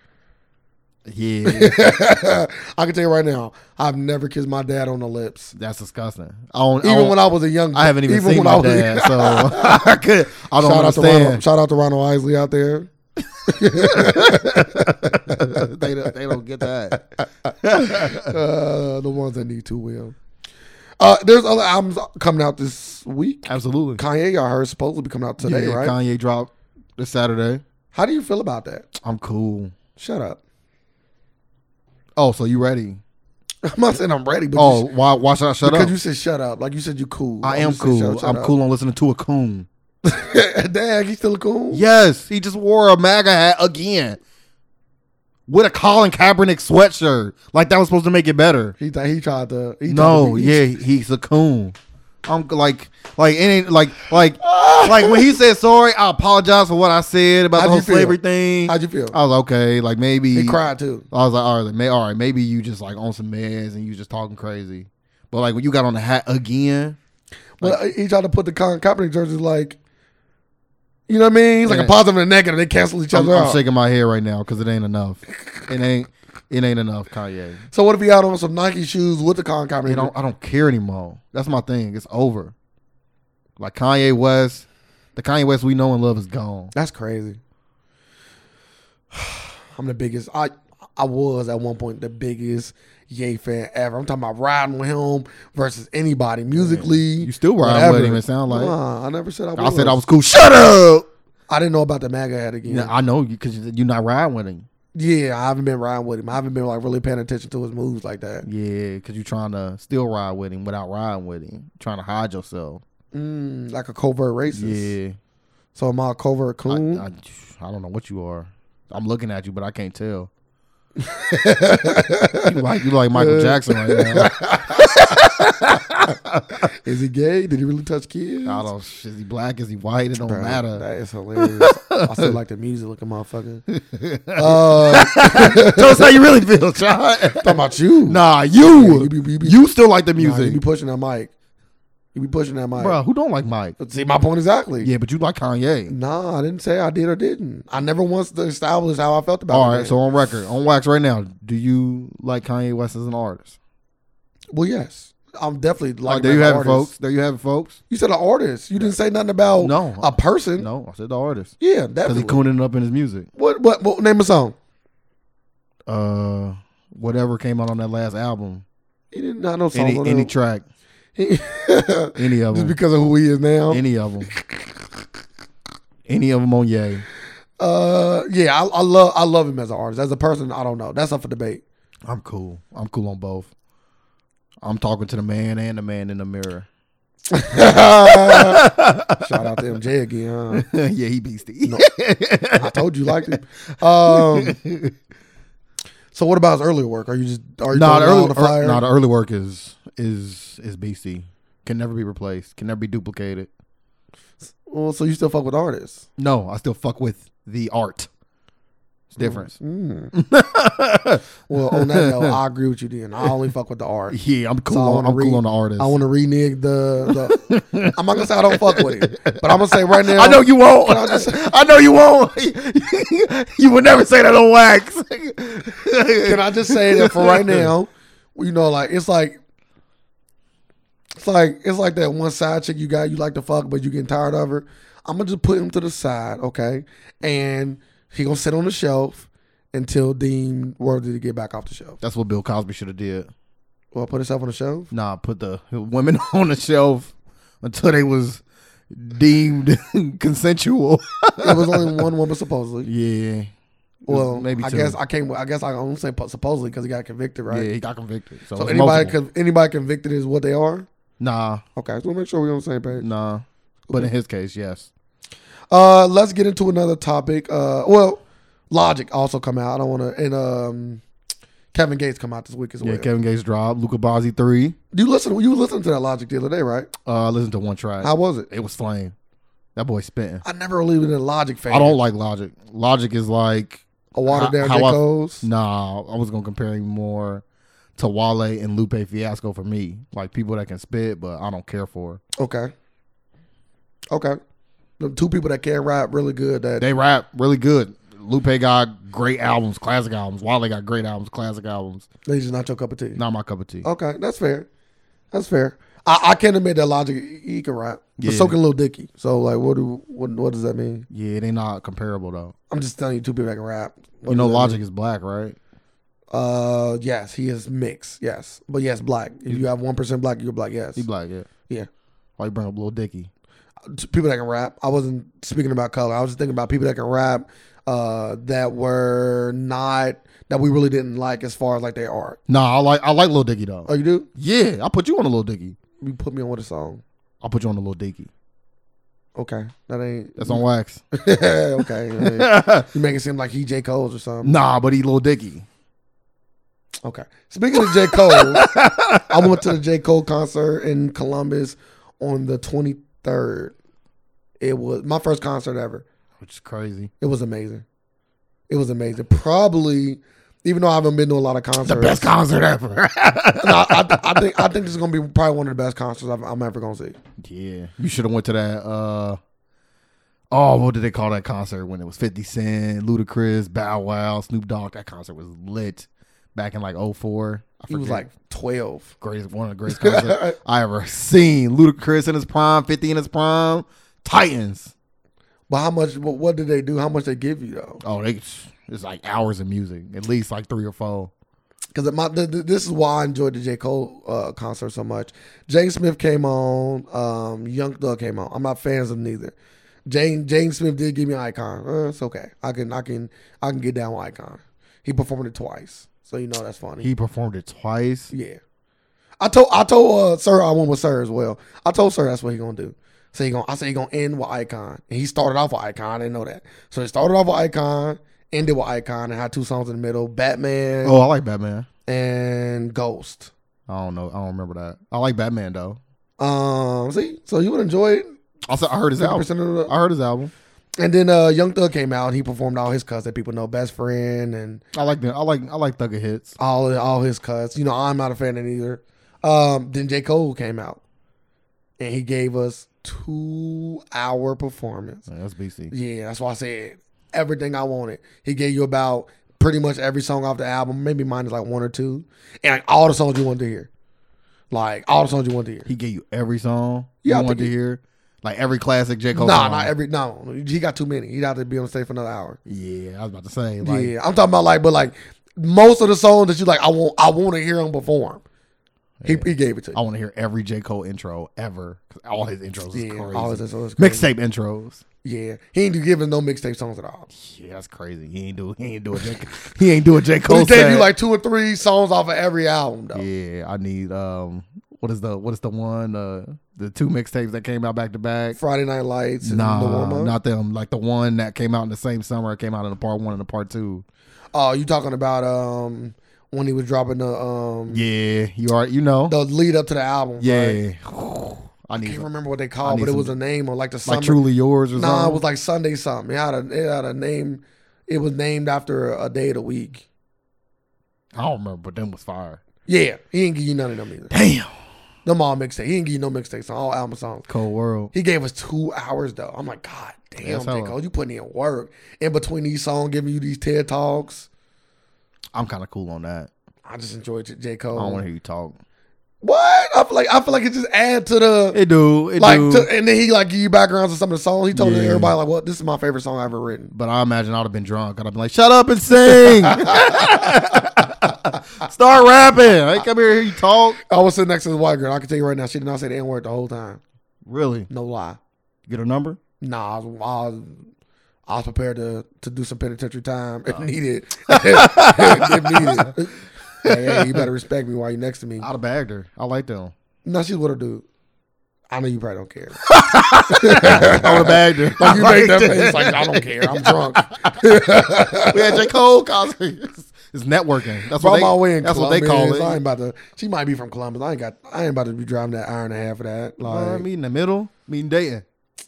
Speaker 1: [laughs]
Speaker 2: yeah.
Speaker 1: I can tell you right now, I've never kissed my dad on the lips.
Speaker 2: That's disgusting. I don't.
Speaker 1: Even
Speaker 2: I, don't-
Speaker 1: when I was a young
Speaker 2: I haven't even, seen
Speaker 1: when
Speaker 2: my
Speaker 1: I was a- [laughs]
Speaker 2: dad, so [laughs] I could. I don't
Speaker 1: shout out, to Ronald,
Speaker 2: understand.
Speaker 1: shout out to Ronald Isley out there.
Speaker 2: [laughs] they, don't, they don't get that.
Speaker 1: Uh, the ones that need to will. Uh, there's other albums coming out this week.
Speaker 2: Absolutely.
Speaker 1: Kanye, I heard, supposed to be coming out today,
Speaker 2: yeah,
Speaker 1: right?
Speaker 2: Kanye dropped this Saturday.
Speaker 1: How do you feel about that?
Speaker 2: I'm cool.
Speaker 1: Shut up. [laughs]
Speaker 2: Oh, so you ready?
Speaker 1: I'm not saying I'm ready, but
Speaker 2: Oh,
Speaker 1: oh,
Speaker 2: why, why should I shut
Speaker 1: because
Speaker 2: up?
Speaker 1: you said shut up, like you said you cool.
Speaker 2: I
Speaker 1: You
Speaker 2: am
Speaker 1: said
Speaker 2: cool.
Speaker 1: shut- shut
Speaker 2: I'm
Speaker 1: up.
Speaker 2: cool on listening to a coon.
Speaker 1: [laughs] Dang, you still a cool.
Speaker 2: Yes, he just wore a MAGA hat again with a Colin Kaepernick sweatshirt. Like that was supposed to make it better.
Speaker 1: He th- he tried to. He tried
Speaker 2: No,
Speaker 1: to be- [laughs]
Speaker 2: yeah, he's a coon. I'm like, like, it ain't like, like, like when he said sorry, I apologize for what I said about
Speaker 1: How'd
Speaker 2: the whole
Speaker 1: you feel?
Speaker 2: slavery thing.
Speaker 1: How'd you feel?
Speaker 2: I was like, okay, like maybe
Speaker 1: he cried too.
Speaker 2: I was like, all right, like, may, all right, maybe you just like on some meds and you just talking crazy. But like when you got on the hat again,
Speaker 1: But he tried to put the Colin Kaepernick jerseys like, you know what I mean? He's like
Speaker 2: Yeah.
Speaker 1: a positive and a negative. They cancel each
Speaker 2: I'm,
Speaker 1: other
Speaker 2: I'm
Speaker 1: out.
Speaker 2: shaking my head right now because it ain't enough. It ain't, it ain't enough, Kanye.
Speaker 1: So what if he out on some Nike shoes with the Colin Kaepernick?
Speaker 2: It don't, I don't care anymore. That's my thing. It's over. Like Kanye West, the Kanye West we know and love is gone.
Speaker 1: That's crazy. [sighs] I'm the biggest. I I was at one point the biggest Ye fan ever. I'm talking about riding with him versus anybody musically.
Speaker 2: You still riding
Speaker 1: whatever.
Speaker 2: with him, it sound like.
Speaker 1: Nah, I never said I
Speaker 2: I
Speaker 1: was.
Speaker 2: said I was cool. Shut up.
Speaker 1: I didn't know about the MAGA hat again.
Speaker 2: Yeah, I know you because you're not riding with him.
Speaker 1: Yeah, I haven't been riding with him. I haven't been like really paying attention to his moves like that.
Speaker 2: Yeah, because you're trying to still ride with him without riding with him, trying to hide yourself.
Speaker 1: Mm, like a covert racist.
Speaker 2: Yeah.
Speaker 1: So am I a covert
Speaker 2: I,
Speaker 1: coon?
Speaker 2: I, I don't know what you are. I'm looking at you, but I can't [laughs] tell. you like you like Michael Jackson right [laughs] now.
Speaker 1: Is he gay? Did he really touch kids?
Speaker 2: I don't. Is he black? Is he white? It don't
Speaker 1: Bruh,
Speaker 2: matter.
Speaker 1: That is hilarious. I still like the music looking motherfucker.
Speaker 2: [laughs]
Speaker 1: uh,
Speaker 2: Tell us how you really feel, John.
Speaker 1: talking about you.
Speaker 2: [laughs] nah,
Speaker 1: Yeah,
Speaker 2: you.
Speaker 1: you, be, you, be,
Speaker 2: You still like the
Speaker 1: nah, you
Speaker 2: music,
Speaker 1: be pushing that mic. You be pushing that mic.
Speaker 2: bro. Who don't like Mike?
Speaker 1: See my point exactly.
Speaker 2: Yeah, but you like Kanye.
Speaker 1: Nah, I didn't say I did or didn't. I never once established how I felt about
Speaker 2: All
Speaker 1: it.
Speaker 2: right, so on record, on wax right now, do you like Kanye West as an artist?
Speaker 1: well, yes, I'm definitely like.
Speaker 2: All right, Oh, there you
Speaker 1: an
Speaker 2: have it,
Speaker 1: artist.
Speaker 2: folks. There you have it, folks.
Speaker 1: You said an artist. You didn't say nothing about
Speaker 2: No.
Speaker 1: a person.
Speaker 2: No, Oh, I said the artist
Speaker 1: Yeah,
Speaker 2: because
Speaker 1: definitely.
Speaker 2: he cooning up in his music.
Speaker 1: What, what? What? Name a song.
Speaker 2: Uh, whatever came out on that last album,
Speaker 1: He didn't not know songs.
Speaker 2: any
Speaker 1: on
Speaker 2: any
Speaker 1: [laughs] there.
Speaker 2: track, any of
Speaker 1: just
Speaker 2: them,
Speaker 1: because of who he is now.
Speaker 2: any of [laughs] them, any of them on Ye.
Speaker 1: uh, yeah, I, I love I love him as an artist. As a person, I don't know. That's up for debate.
Speaker 2: I'm cool. I'm cool on both. I'm talking to the man and the man in the mirror.
Speaker 1: Shout out to MJ again. Huh?
Speaker 2: yeah, he beastie.
Speaker 1: [laughs] I told you liked him. Um, so what about his earlier work? Are you just are you
Speaker 2: Nah, the
Speaker 1: throwing it all
Speaker 2: early,
Speaker 1: on the
Speaker 2: ear-
Speaker 1: fire?
Speaker 2: nah, the early work is is is beastie. Can never be replaced. Can never be duplicated.
Speaker 1: well, so you still fuck with artists?
Speaker 2: No, I still fuck with the art. It's different.
Speaker 1: Mm. [laughs] well, on that note, I agree with you. Then I only fuck with the
Speaker 2: [laughs]
Speaker 1: art.
Speaker 2: Yeah, I'm cool.
Speaker 1: So I
Speaker 2: on,
Speaker 1: wanna
Speaker 2: I'm
Speaker 1: read-
Speaker 2: cool on the artist.
Speaker 1: I want to renege the. the I'm not gonna say I don't fuck with him, but I'm gonna say right now.
Speaker 2: I know you won't.
Speaker 1: Can I
Speaker 2: [laughs] I,
Speaker 1: just-
Speaker 2: know you won't. [laughs] you would never say that on wax.
Speaker 1: Can I just say that for right now, you know, like it's like. It's like it's like that one side chick you got you like to fuck, but you getting tired of her. I'm gonna just put him to the side, okay? And he gonna sit on the shelf until deemed worthy to get back off the shelf.
Speaker 2: That's what Bill Cosby should have did.
Speaker 1: Well, put himself on the shelf.
Speaker 2: Nah, put the women [laughs] on the shelf until they was deemed [laughs] consensual.
Speaker 1: It was only one woman supposedly.
Speaker 2: [laughs] yeah.
Speaker 1: Well,
Speaker 2: Maybe
Speaker 1: I
Speaker 2: two.
Speaker 1: guess I can't. I guess I can only say po- supposedly because he got convicted, right?
Speaker 2: Yeah, he got convicted. So,
Speaker 1: So
Speaker 2: it's
Speaker 1: anybody
Speaker 2: multiple.
Speaker 1: con- anybody convicted is what they are.
Speaker 2: Nah,
Speaker 1: Okay, so we'll make sure we're on the same page.
Speaker 2: nah. But in his case, yes.
Speaker 1: Uh, let's get into another topic. Uh, well, Logic also come out. I don't want to. And um, Kevin Gates come out this week as
Speaker 2: Yeah,
Speaker 1: well.
Speaker 2: Kevin Gates dropped. Luca Bazzi three.
Speaker 1: you listen. You listened to that Logic the other day, right?
Speaker 2: Uh, I listened to one track.
Speaker 1: How was it?
Speaker 2: it was flame. That boy spitting.
Speaker 1: I never really been a Logic fan.
Speaker 2: I don't like Logic. Logic is like
Speaker 1: a watered down
Speaker 2: how-
Speaker 1: J
Speaker 2: how I-
Speaker 1: Cole's.
Speaker 2: Nah, I was gonna compare him more to Wale and Lupe Fiasco for me. Like people that can spit, but I don't care for.
Speaker 1: Okay. Okay. The two people that can rap really good. That
Speaker 2: They rap really good. Lupe got great albums, classic albums. Wale got great albums, classic albums.
Speaker 1: they just not your cup of tea.
Speaker 2: Not my cup of tea.
Speaker 1: Okay, that's fair. That's fair. I, I can't admit that Logic he can rap, but
Speaker 2: Yeah.
Speaker 1: so can Lil Dicky. So like, what do what what does that mean?
Speaker 2: Yeah, they not comparable though.
Speaker 1: I'm just telling you, two people that can rap. What does
Speaker 2: you know,
Speaker 1: that
Speaker 2: Logic is black, right?
Speaker 1: mean? Uh, yes, he is mixed. Yes, but yes, black. If you have one percent black, you're black. Yes,
Speaker 2: He black, yeah.
Speaker 1: yeah.
Speaker 2: Why you bring up Lil Dicky?
Speaker 1: T- People that can rap. I wasn't speaking about color. I was just thinking about people that can rap. Uh, that were not that we really didn't like as far as like they are.
Speaker 2: Nah, I like I like Lil Dicky though.
Speaker 1: Oh, you do?
Speaker 2: yeah, I'll put you on a Lil Dicky.
Speaker 1: You put me on with a song.
Speaker 2: I'll put you on a Lil Dicky.
Speaker 1: Okay, that ain't
Speaker 2: That's on wax.
Speaker 1: [laughs]
Speaker 2: [laughs]
Speaker 1: okay. I mean, you make it seem like he J Cole's or something.
Speaker 2: nah, but he Lil Dicky.
Speaker 1: Okay. Speaking of J. Cole, I went to the J. Cole concert in Columbus on the 23rd. It was my first concert ever.
Speaker 2: Which is crazy.
Speaker 1: It was amazing. It was amazing. Probably, even though I haven't been to a lot of concerts,
Speaker 2: The best concert ever. [laughs]
Speaker 1: I, I- I think I think this is gonna be probably one of the best concerts I've, I'm ever gonna see.
Speaker 2: yeah. You should have went to that uh Oh, what did they call that concert when it was 50 Cent, Ludacris, Bow Wow, Snoop Dogg? That concert was lit back in like 04. I
Speaker 1: He was
Speaker 2: forget.
Speaker 1: like 12.
Speaker 2: greatest one of the greatest [laughs] concerts I ever seen. Ludacris in his prime, 50 in his prime, Titans.
Speaker 1: But how much? What, what did they do? How much they give you though?
Speaker 2: Oh, they it's like hours of music, at least like three or four.
Speaker 1: because my th- th- this is why I enjoyed the J Cole uh, concert so much. Jane Smith came on, um, Young Thug came on. I'm not fans of neither. Jane Jane Smith did give me Icon. Uh, it's okay. I can I can I can get down with Icon. He performed it twice, so you know that's funny.
Speaker 2: He performed it twice.
Speaker 1: yeah, I told I told uh, Sir I went with Sir as well. I told Sir that's what he gonna do. So he gonna I say he gonna end with Icon, and he started off with Icon. I didn't know that. So he started off with Icon, ended with Icon, and had two songs in the middle: Batman
Speaker 2: Oh, I like Batman.
Speaker 1: and Ghost.
Speaker 2: I don't know. I don't remember that. I like Batman though.
Speaker 1: Um, see, so you would enjoy it.
Speaker 2: I said I heard his album.
Speaker 1: 50% of
Speaker 2: I heard his album.
Speaker 1: the, and then uh, Young Thug came out. and He performed all his cuts that people know, Best Friend, and
Speaker 2: I like the I like I like Thugger hits.
Speaker 1: all all his cuts. You know, I'm not a fan of either. Um, then J Cole came out, and he gave us two hour performance.
Speaker 2: Yeah, that's BC.
Speaker 1: Yeah, that's why I said everything I wanted. He gave you about pretty much every song off the album, maybe minus like one or two, and like, all the songs you wanted to hear, like all the songs you wanted to hear.
Speaker 2: He gave you every song
Speaker 1: Yeah, I
Speaker 2: you wanted to
Speaker 1: think
Speaker 2: hear, like every classic J Cole.
Speaker 1: Nah,
Speaker 2: song.
Speaker 1: not every. No, he got too many. He'd have to be on stage for another hour.
Speaker 2: Yeah, I was about to say. Like,
Speaker 1: yeah, I'm talking about like, but like most of the songs that you like, I want, I want to hear him perform. He, he gave it to
Speaker 2: I
Speaker 1: you.
Speaker 2: want to hear every J Cole intro ever. 'cause All his intros is
Speaker 1: Yeah,
Speaker 2: crazy.
Speaker 1: all his songs crazy.
Speaker 2: Mixtape intros.
Speaker 1: Yeah, he ain't giving no mixtape songs at all.
Speaker 2: Yeah, that's crazy. He ain't do. He ain't do a J. he ain't do a J
Speaker 1: He
Speaker 2: Cole.
Speaker 1: gave you
Speaker 2: set.
Speaker 1: like two or three songs off of every album though.
Speaker 2: Yeah, I need um what is the what is the one uh the two mixtapes that came out back to back?
Speaker 1: Friday Night Lights and the warm
Speaker 2: Nah,
Speaker 1: up.
Speaker 2: not them. Like the one that came out in the same summer. It came out in the part one and the part two.
Speaker 1: Oh, you talking about um when he was dropping the um
Speaker 2: Yeah, you are. You know.
Speaker 1: the lead up to the album. right?
Speaker 2: yeah. [sighs] I
Speaker 1: I
Speaker 2: need
Speaker 1: can't
Speaker 2: some-
Speaker 1: remember what they
Speaker 2: I
Speaker 1: called,
Speaker 2: need
Speaker 1: but it
Speaker 2: some-
Speaker 1: was a name or like the summer.
Speaker 2: like truly yours or
Speaker 1: nah, it
Speaker 2: something.
Speaker 1: was like Sunday something. It had a it had a name. It was named after a day of the week.
Speaker 2: I don't remember, but them was fire.
Speaker 1: Yeah, he didn't give you none of them either.
Speaker 2: Damn.
Speaker 1: Them all mixtape. He didn't give you no mixtapes on all album songs.
Speaker 2: Cold world.
Speaker 1: He gave us two hours though. I'm like, God damn,
Speaker 2: That's hella.
Speaker 1: J. Cole, you putting in work in between these songs, giving you these TED talks.
Speaker 2: I'm kind of cool on that.
Speaker 1: I just enjoyed J- J.
Speaker 2: I don't want
Speaker 1: Cole.
Speaker 2: to hear you talk.
Speaker 1: What? I feel like I feel like it just add to the
Speaker 2: It do. It
Speaker 1: like,
Speaker 2: do.
Speaker 1: to, and then he like give you backgrounds of some of the songs. He told
Speaker 2: Yeah.
Speaker 1: everybody like, "Well, this is my favorite song I've ever written."
Speaker 2: but I imagine I'd have been drunk. I'd have been like, "Shut up and sing." [laughs] Start rapping. I ain't come here, hear you talk.
Speaker 1: I was sitting next to this white girl. I can tell you right now, she did not say the N word the whole time.
Speaker 2: Really?
Speaker 1: No lie.
Speaker 2: Get a number?
Speaker 1: Nah, I was, I was, I was prepared to to do some penitentiary time
Speaker 2: Uh.
Speaker 1: if needed. [laughs] if
Speaker 2: [laughs]
Speaker 1: needed. Hey, hey, you better respect me while you're next to me.
Speaker 2: I'd have bagged her. I like them.
Speaker 1: No, she's with her dude. I know you probably don't care.
Speaker 2: [laughs] I would have bagged [laughs] her.
Speaker 1: Like you
Speaker 2: I
Speaker 1: make that
Speaker 2: liked
Speaker 1: face
Speaker 2: it.
Speaker 1: like I don't care.
Speaker 2: [laughs]
Speaker 1: I'm drunk.
Speaker 2: we had J. Cole concert. [laughs] It's, it's networking. That's what
Speaker 1: From
Speaker 2: they,
Speaker 1: my way in
Speaker 2: that's what
Speaker 1: Columbus.
Speaker 2: they call it.
Speaker 1: I ain't about to. She might be from Columbus. I ain't got. I ain't about to be driving that hour and a half of that.
Speaker 2: Uh,
Speaker 1: Like,
Speaker 2: meet in the middle. Meet in Dayton.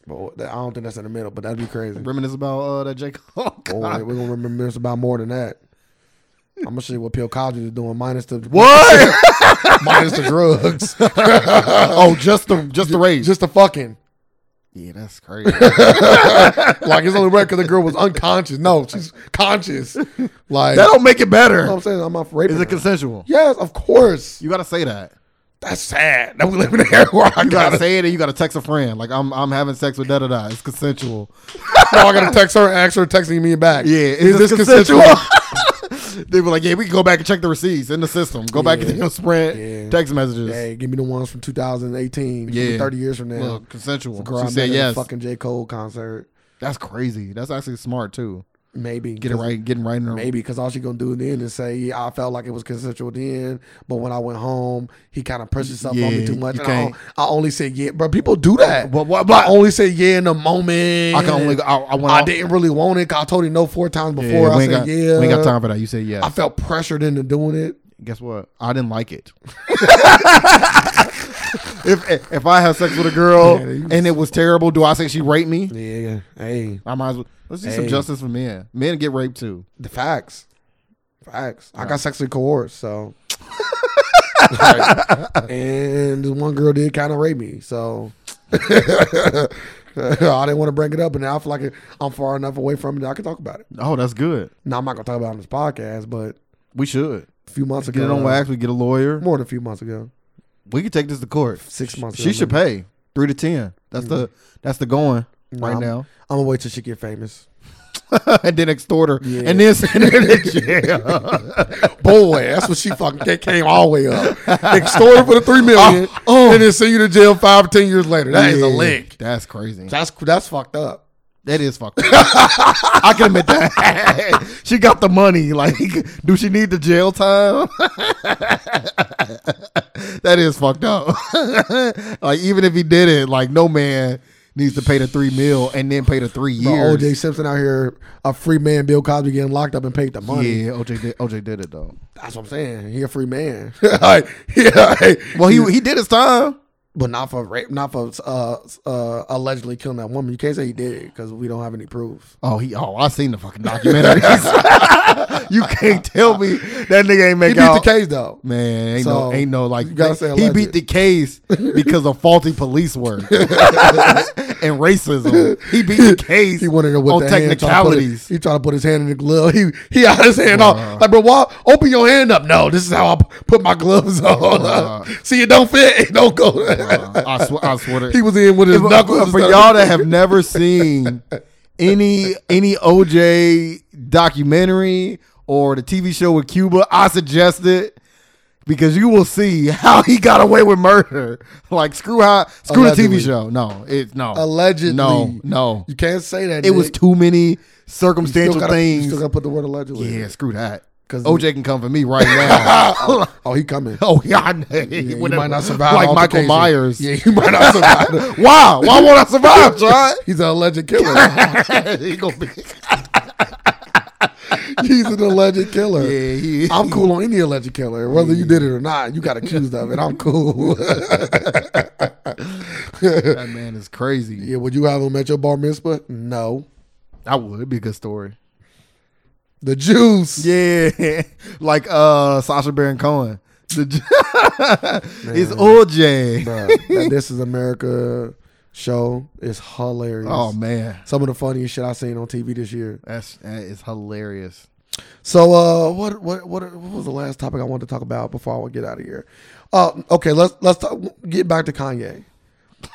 Speaker 1: but that- I don't think that's in the middle. But that'd be crazy.
Speaker 2: Reminisce about uh, that [laughs] J. Cole.
Speaker 1: Boy,
Speaker 2: concert.
Speaker 1: we're
Speaker 2: [laughs]
Speaker 1: gonna remember this about more than that. I'm gonna show you what Bill Cosby was doing, minus the
Speaker 2: What?
Speaker 1: [laughs] minus the drugs,
Speaker 2: [laughs] oh, just the just the race.
Speaker 1: just the fucking.
Speaker 2: Yeah, that's [laughs] crazy.
Speaker 1: Like it's only right because the girl was unconscious. No, she's
Speaker 2: [laughs]
Speaker 1: conscious. Like
Speaker 2: that don't make it
Speaker 1: you know
Speaker 2: better.
Speaker 1: what I'm saying, I'm not raping.
Speaker 2: [laughs] Is it
Speaker 1: her.
Speaker 2: consensual?
Speaker 1: yes, of course.
Speaker 2: You gotta say that.
Speaker 1: That's sad that we live in an era where I
Speaker 2: You gotta
Speaker 1: gotta
Speaker 2: say it, and you gotta text a friend. Like I'm, I'm having sex with da da da. It's consensual.
Speaker 1: no, I
Speaker 2: [laughs]
Speaker 1: gotta text her and ask her texting me back.
Speaker 2: Yeah, is, this consensual? [laughs] they were like, yeah, we can go back and check the receipts in the system. Go back
Speaker 1: Yeah.
Speaker 2: [laughs] into your Sprint
Speaker 1: Yeah.
Speaker 2: text messages.
Speaker 1: Hey, give me the ones from 2018. Give me
Speaker 2: Yeah.
Speaker 1: 30 years from now.
Speaker 2: Look, consensual.
Speaker 1: girl, I
Speaker 2: she
Speaker 1: met
Speaker 2: said
Speaker 1: at a
Speaker 2: yes.
Speaker 1: Fucking J Cole concert.
Speaker 2: That's crazy. That's actually smart too.
Speaker 1: Maybe
Speaker 2: Get it right. Getting right in her.
Speaker 1: Maybe because all she gonna do then is say, "Yeah, I felt like it was consensual then, but when I went home, he kind of pushed himself on me
Speaker 2: Yeah,
Speaker 1: too much.
Speaker 2: you
Speaker 1: and I,
Speaker 2: can't-
Speaker 1: I only said yeah, but people do that.
Speaker 2: But what?
Speaker 1: I
Speaker 2: But
Speaker 1: only said yeah in the moment.
Speaker 2: I can only. I, I went.
Speaker 1: I
Speaker 2: off-
Speaker 1: didn't really want it. 'cause I told him no four times
Speaker 2: Yeah,
Speaker 1: before.
Speaker 2: we
Speaker 1: I
Speaker 2: ain't
Speaker 1: said
Speaker 2: got,
Speaker 1: yeah.
Speaker 2: We ain't got time for that. You said yes.
Speaker 1: I felt pressured into doing it.
Speaker 2: guess what? I didn't like it. [laughs] if if I have sex with a girl
Speaker 1: Yeah, you-
Speaker 2: and it was terrible, do I say she raped me?
Speaker 1: Yeah. Hey,
Speaker 2: I might as well. Let's do some
Speaker 1: Hey.
Speaker 2: justice for men. Men get raped too.
Speaker 1: the facts. Facts. I
Speaker 2: Yeah.
Speaker 1: got sexually coerced, so. Like, [laughs] and this one girl did kind of rape me, so [laughs] I didn't want to bring it up, and now I feel like I'm far enough away from it that I can talk about it.
Speaker 2: Oh, that's good.
Speaker 1: Now I'm not gonna talk about it on this podcast, but
Speaker 2: We should
Speaker 1: a few months
Speaker 2: get
Speaker 1: ago,
Speaker 2: it on wax. We get a lawyer.
Speaker 1: more than a few months ago,
Speaker 2: We could take this to court.
Speaker 1: six months.
Speaker 2: She
Speaker 1: ago,
Speaker 2: should pay three to ten. That's
Speaker 1: Mm.
Speaker 2: the that's the going
Speaker 1: No,
Speaker 2: right
Speaker 1: I'm-
Speaker 2: now. [laughs]
Speaker 1: I'm gonna wait till she get famous.
Speaker 2: and then extort her,
Speaker 1: Yeah.
Speaker 2: and then send her
Speaker 1: [laughs]
Speaker 2: to jail.
Speaker 1: Boy, that's what she fucking that came all the way up. Extorted for the three [laughs] million, and then send you to jail five or ten years later. Oh, That is a
Speaker 2: Yeah.
Speaker 1: lick.
Speaker 2: That's crazy.
Speaker 1: That's that's fucked up.
Speaker 2: That is fucked up. [laughs] I can admit that. [laughs] she got the money. Like, [laughs] do she need the jail time? [laughs] that is fucked up. [laughs] like, even if he did it, like, no man needs to pay the three mil and then pay the three
Speaker 1: Bro,
Speaker 2: years.
Speaker 1: OJ Simpson out here, a free man. Bill Cosby getting locked up and paid the money.
Speaker 2: yeah, OJ did, OJ did it though.
Speaker 1: That's what I'm saying. He a free man. [laughs] Like, yeah, like,
Speaker 2: Well, he he did his time.
Speaker 1: but not for rape, not for uh, uh, allegedly killing that woman. You can't say he did it because we don't have any proof.
Speaker 2: Oh, he oh I seen the fucking documentaries. [laughs] you can't tell me that nigga ain't
Speaker 1: He
Speaker 2: make
Speaker 1: beat the
Speaker 2: out.
Speaker 1: case though.
Speaker 2: Man, ain't
Speaker 1: So,
Speaker 2: no, ain't no like.
Speaker 1: you gotta say
Speaker 2: he
Speaker 1: alleged.
Speaker 2: beat the case because of faulty
Speaker 1: [laughs]
Speaker 2: police work and racism. He beat the case.
Speaker 1: He wanted to with
Speaker 2: on
Speaker 1: the Hand, trying to put
Speaker 2: technicalities. Uh-huh.
Speaker 1: his- he trying to put his hand in the glove. He he out his hand off. Like bro, why open your hand up? No, this is how I p- put my gloves on. [laughs] See, it don't fit. It don't go.
Speaker 2: Uh, [laughs] I swear, Uh-huh. I swear. To,
Speaker 1: he was in with his
Speaker 2: If- uh,
Speaker 1: knuckles. and
Speaker 2: for
Speaker 1: stuff.
Speaker 2: y'all that have never seen any any OJ documentary or the TV show with Cuba, I suggest it because you will see how he got away with murder. Like screw how screw the
Speaker 1: Allegedly.
Speaker 2: TV show. No, it's no
Speaker 1: Allegedly.
Speaker 2: No, no.
Speaker 1: You can't say that.
Speaker 2: It was
Speaker 1: Nick.
Speaker 2: too many
Speaker 1: You still
Speaker 2: circumstantial
Speaker 1: gotta- You
Speaker 2: things.
Speaker 1: still got to put the word allegedly.
Speaker 2: Yeah, screw that.
Speaker 1: Because
Speaker 2: OJ can come for me
Speaker 1: [laughs]
Speaker 2: right now.
Speaker 1: oh, he
Speaker 2: [laughs]
Speaker 1: coming.
Speaker 2: oh yeah, I know.
Speaker 1: Yeah, you
Speaker 2: [laughs] Whatever.
Speaker 1: might not survive.
Speaker 2: Like
Speaker 1: all the
Speaker 2: Michael
Speaker 1: cases.
Speaker 2: Myers.
Speaker 1: Yeah, you might not
Speaker 2: [laughs]
Speaker 1: survive.
Speaker 2: Wow, [laughs] why won't I
Speaker 1: [laughs]
Speaker 2: survive, John?
Speaker 1: He's an alleged
Speaker 2: [laughs]
Speaker 1: killer.
Speaker 2: he gonna
Speaker 1: [laughs]
Speaker 2: be.
Speaker 1: He's an alleged killer.
Speaker 2: Yeah, he,
Speaker 1: I'm cool on any alleged killer, whether you did it or not. You got accused of it. I'm
Speaker 2: [laughs]
Speaker 1: cool.
Speaker 2: [laughs] that man is crazy.
Speaker 1: yeah, would you have him at your bar mitzvah? No.
Speaker 2: I would. It'd be a good story.
Speaker 1: The Jews.
Speaker 2: Yeah, [laughs] like uh Sasha Baron Cohen. [laughs] The,
Speaker 1: [laughs]
Speaker 2: it's OJ.
Speaker 1: Bruh, that this is America show is hilarious.
Speaker 2: Oh man,
Speaker 1: Some of the funniest shit I seen on TV this year.
Speaker 2: that's that is hilarious.
Speaker 1: So uh, what what what what was the last topic I wanted to talk about before I would get out of here? Uh, okay, let's let's talk, get back to Kanye.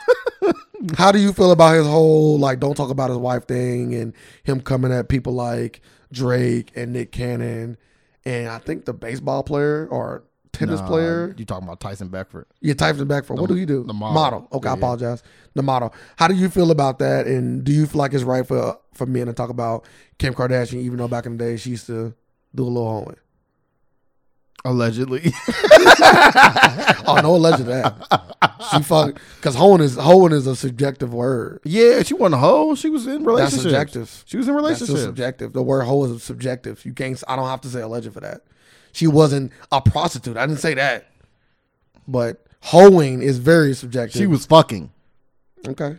Speaker 1: [laughs] How do you feel about his whole like don't talk about his wife thing and him coming at people like Drake and Nick Cannon and I think the baseball player or tennis
Speaker 2: Nah,
Speaker 1: player?
Speaker 2: Uh, You talking about Tyson Beckford?
Speaker 1: You typed it back for what do you do?
Speaker 2: the model.
Speaker 1: Okay, I
Speaker 2: Yeah.
Speaker 1: apologize. The model. How do you feel about that? And do you feel like it's right for for men to talk about Kim Kardashian, even though back in the day she used to do a little hoeing?
Speaker 2: Allegedly. [laughs]
Speaker 1: [laughs] Oh, no alleged that. She fuck because hoeing is hoeing is a subjective word.
Speaker 2: yeah, she wasn't a hoe. She was in
Speaker 1: That's
Speaker 2: relationships.
Speaker 1: subjective.
Speaker 2: She was in
Speaker 1: That's still
Speaker 2: relationships.
Speaker 1: subjective. The word hoe is subjective. You can't. I don't have to say alleged for that. She wasn't a prostitute. I didn't say that. But hoeing is very subjective.
Speaker 2: She was fucking,
Speaker 1: okay.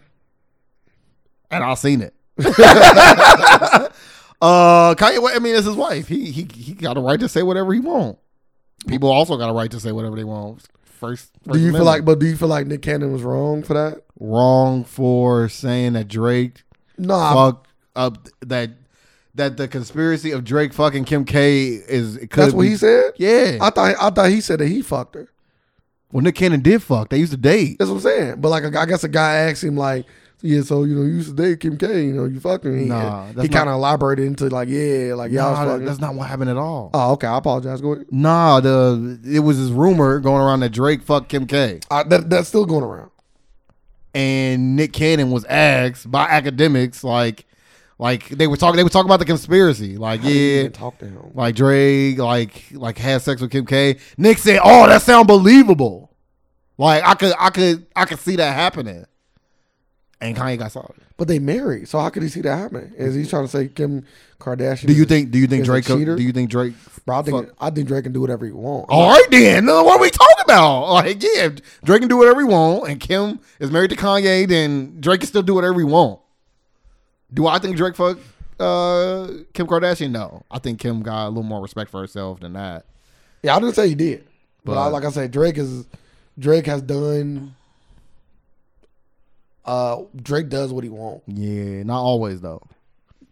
Speaker 2: and I seen [laughs] it. uh, Kanye. West- I mean, it's his wife. He he he got a right to say whatever he want. People also got a right to say whatever they want. First,
Speaker 1: Do you feel like? But do you feel like Nick Cannon was wrong for that?
Speaker 2: wrong for saying that Drake
Speaker 1: No, I-
Speaker 2: fucked up that that the conspiracy of Drake fucking Kim K is it could
Speaker 1: that's what
Speaker 2: be-
Speaker 1: he said.
Speaker 2: Yeah.
Speaker 1: I thought I thought he said that he fucked her.
Speaker 2: well, Nick Cannon did fuck. They used to date.
Speaker 1: That's what I'm saying. But like, I guess a guy asked him like, "Yeah, so you know, you used to date Kim K, you know, you fucked her." And he-
Speaker 2: Nah,
Speaker 1: he
Speaker 2: that's
Speaker 1: kind of elaborated into like, "Yeah, like y'all
Speaker 2: Nah,
Speaker 1: was fucking."
Speaker 2: that's not what happened at all.
Speaker 1: Oh, okay. I apologize. Go ahead.
Speaker 2: nah, the it was this rumor going around that Drake fucked Kim K,
Speaker 1: I, that, that's still going around.
Speaker 2: and Nick Cannon was asked by academics like, like they were talking they were talking about the conspiracy. Like,
Speaker 1: I didn't
Speaker 2: yeah,
Speaker 1: even talk to him.
Speaker 2: like Drake, like like had sex with Kim K. Nick said, "Oh, that sound believable." Like I could, I could, I could see that happening. And Kanye got solid.
Speaker 1: But they married, so how could he see that happen? Is he trying to say Kim Kardashian?
Speaker 2: Do you
Speaker 1: is-
Speaker 2: think? Do you think
Speaker 1: is a
Speaker 2: Drake?
Speaker 1: cheater?
Speaker 2: Do you think Drake?
Speaker 1: Bro, I think I think Drake can do whatever he wants.
Speaker 2: All right, then. No, what are we talking about? Like, yeah, if Drake can do whatever he want, and Kim is married to Kanye, then Drake can still do whatever he want. Do I think Drake fuck uh, Kim Kardashian? No, I think Kim got a little more respect for herself than that.
Speaker 1: Yeah, I didn't say he did, but, I,
Speaker 2: But-
Speaker 1: like I said, Drake is Drake has done. Uh, Drake does what he wants.
Speaker 2: Yeah, not always though.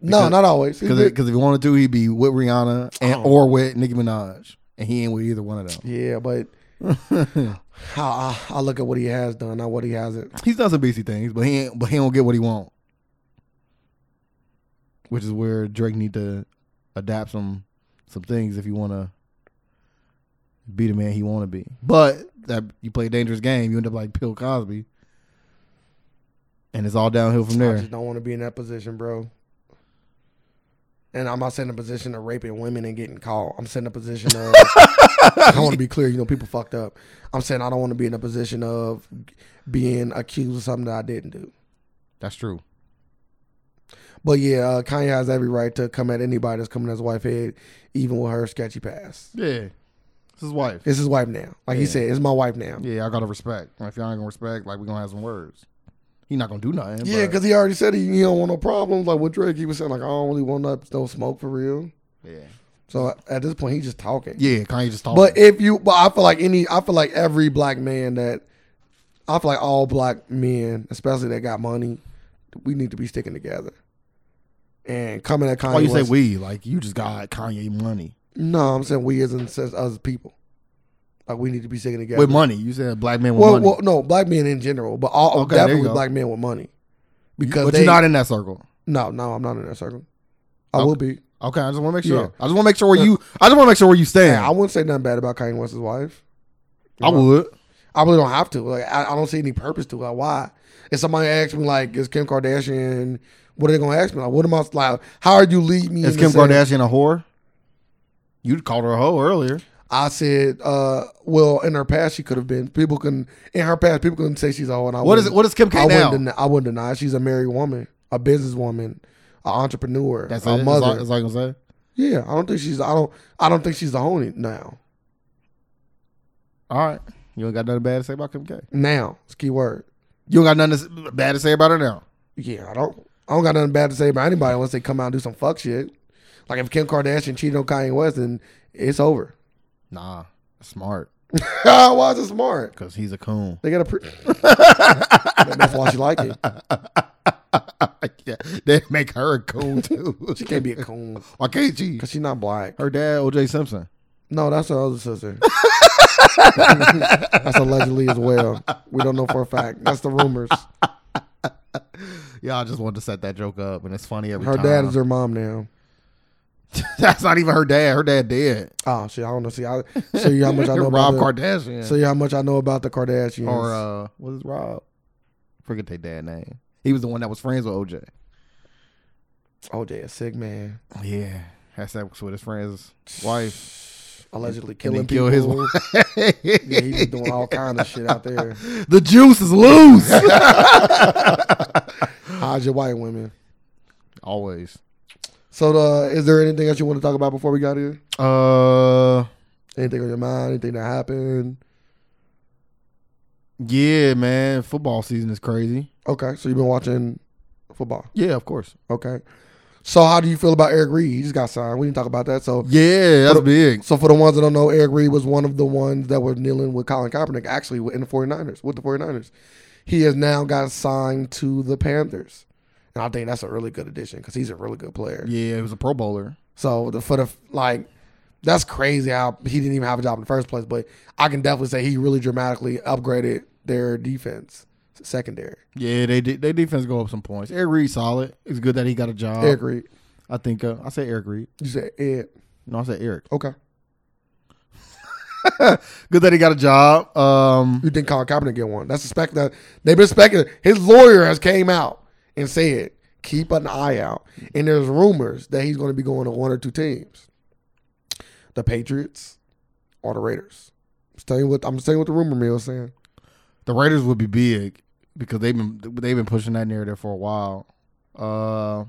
Speaker 1: No,
Speaker 2: Because-
Speaker 1: not always. He did-
Speaker 2: Because if he wanted to, he'd be with Rihanna and
Speaker 1: Oh.
Speaker 2: or with Nicki Minaj, and he ain't with either one of them.
Speaker 1: Yeah, but I, I, I look at what he has done, not what he hasn't.
Speaker 2: He's done some BC things, but he ain't, but he don't get what he want, which is where Drake need to adapt some some things if you want to be the man he want to be. But that you play a dangerous game, you end up like Bill Cosby, and it's all downhill from
Speaker 1: I
Speaker 2: there.
Speaker 1: just don't want to be in that position, bro. And I'm not saying a position of raping women and getting caught. I'm saying a position of. I want to be clear. You know, people fucked up. I'm saying I don't want to be in a position of being accused of something that I didn't do.
Speaker 2: That's true.
Speaker 1: But yeah, uh, Kanye has every right to come at anybody that's coming at his wife's head, even with her sketchy past.
Speaker 2: Yeah, it's his wife.
Speaker 1: It's his wife now. Like he
Speaker 2: Yeah.
Speaker 1: said, it's my wife now.
Speaker 2: Yeah, I gotta respect. Like, if y'all ain't gonna respect, like we gonna have some words. He not gonna do nothing.
Speaker 1: Yeah,
Speaker 2: but-
Speaker 1: because he already said he, he don't want no problems. Like with Drake, he was saying like I don't really want no, no smoke for real.
Speaker 2: yeah,
Speaker 1: So at this point, he's just talking.
Speaker 2: yeah, Kanye just talking.
Speaker 1: But if you, but I feel like any, I feel like every black man that, I feel like all black men, especially that got money, we need to be sticking together. And coming at Kanye,
Speaker 2: why Oh, you say
Speaker 1: West-
Speaker 2: we? Like you just got Kanye money
Speaker 1: No, I'm saying we as in sense as people. Like we need to be sticking together.
Speaker 2: with money. You said black man with
Speaker 1: well,
Speaker 2: money,
Speaker 1: well, no, black men in general, but all
Speaker 2: Okay, there you
Speaker 1: definitely
Speaker 2: go.
Speaker 1: black men with money. Because
Speaker 2: but
Speaker 1: they,
Speaker 2: you're not in that circle.
Speaker 1: no, no, I'm not in that circle. I
Speaker 2: Okay.
Speaker 1: will be.
Speaker 2: Okay, I just want to make sure.
Speaker 1: Yeah.
Speaker 2: I just want to make sure where you. I just want to make sure where you stand.
Speaker 1: Yeah, I wouldn't say nothing bad about Kanye West's wife.
Speaker 2: I, would.
Speaker 1: I really don't have to. Like, I, I don't see any purpose to it. Like, why? If somebody asks me, like, is Kim Kardashian? What are they gonna ask me? Like, what am I? Like, how are you lead me?
Speaker 2: Is
Speaker 1: into
Speaker 2: Kim
Speaker 1: saying-
Speaker 2: Kardashian a whore? You called her a hoe earlier.
Speaker 1: I said, uh, well, in her past she could have been. People can in her past people can say she's a hoe. And I
Speaker 2: What is it?
Speaker 1: wouldn't-
Speaker 2: What is Kim K
Speaker 1: I
Speaker 2: now?
Speaker 1: wouldn't. Deny, I wouldn't deny. it. She's a married woman, a businesswoman, an entrepreneur,
Speaker 2: That's
Speaker 1: a mother.
Speaker 2: it. That's all, that's all I can say.
Speaker 1: yeah, I don't think she's. I don't. I don't think she's a honey now.
Speaker 2: All right. You don't got nothing bad to say about Kim K.
Speaker 1: Now, it's a key word.
Speaker 2: You don't got nothing to s- bad to say about her now.
Speaker 1: Yeah, I don't. I don't got nothing bad to say about anybody unless they come out and do some fuck shit. Like if Kim Kardashian cheated on Kanye West, then it's over. [laughs]
Speaker 2: Nah, smart
Speaker 1: why is it smart?
Speaker 2: because he's a coon.
Speaker 1: They got a. Pre- [laughs] that's why she like it.
Speaker 2: [laughs] yeah, they make her a coon too. [laughs]
Speaker 1: She can't be a coon
Speaker 2: Why can't she?
Speaker 1: because she's not black.
Speaker 2: Her dad, OJ Simpson.
Speaker 1: No, that's her other sister. [laughs] that's allegedly as well. We don't know for a fact. That's the rumors.
Speaker 2: Yeah, I just wanted to set that joke up, and it's funny every
Speaker 1: Her
Speaker 2: time.
Speaker 1: dad is her mom now.
Speaker 2: [laughs] That's not even her dad. Her dad dead.
Speaker 1: Oh shit! I don't know. See, I show you how much
Speaker 2: [laughs]
Speaker 1: I know about
Speaker 2: Rob
Speaker 1: the,
Speaker 2: Kardashian.
Speaker 1: Show you how much I know about the Kardashians.
Speaker 2: or uh, what is Rob? Forget their dad name. He was the one that was friends with OJ.
Speaker 1: OJ, a Oh, sick man.
Speaker 2: Yeah, had sex with his [sighs] friend's wife.
Speaker 1: allegedly
Speaker 2: And
Speaker 1: killing
Speaker 2: then kill his
Speaker 1: people.
Speaker 2: wife. [laughs]
Speaker 1: yeah, he was doing all kind of shit out there.
Speaker 2: the juice is [laughs] loose.
Speaker 1: [laughs] Hide your white women.
Speaker 2: Always.
Speaker 1: So, uh, is there anything that you want to talk about before we got here?
Speaker 2: Uh,
Speaker 1: Anything on your mind? Anything that happened?
Speaker 2: yeah, man. Football season is crazy.
Speaker 1: Okay, so you've been watching football.
Speaker 2: Yeah, of course.
Speaker 1: Okay, so how do you feel about Eric Reed? He just got signed. We didn't talk about that. So,
Speaker 2: Yeah, that's big.
Speaker 1: so for the ones that don't know, Eric Reed was one of the ones that were kneeling with Colin Kaepernick, actually in the 49ers, with the 49ers. He has now got signed to the Panthers. And I think that's a really good addition because he's a really good player.
Speaker 2: Yeah, it was a Pro Bowler.
Speaker 1: So the, for the like, that's crazy how he didn't even have a job in the first place. But I can definitely say he really dramatically upgraded their defense secondary.
Speaker 2: Yeah, they did. Their defense go up some points. Eric Reed solid. It's good that he got a job.
Speaker 1: Eric Reed,
Speaker 2: I think uh, I said Eric Reed.
Speaker 1: you said Ed.
Speaker 2: No, I said Eric.
Speaker 1: Okay,
Speaker 2: Good that he got a job. Um,
Speaker 1: you think Colin Kaepernick get one? That's the spec that they've been speculating. His lawyer has came out and said keep an eye out. And there's rumors that he's going to be going to one or two teams, the Patriots or the Raiders. I'm just telling you what I'm just telling you what the rumor mill is saying.
Speaker 2: the Raiders would be big because they've been they've been pushing that narrative for a while. Uh,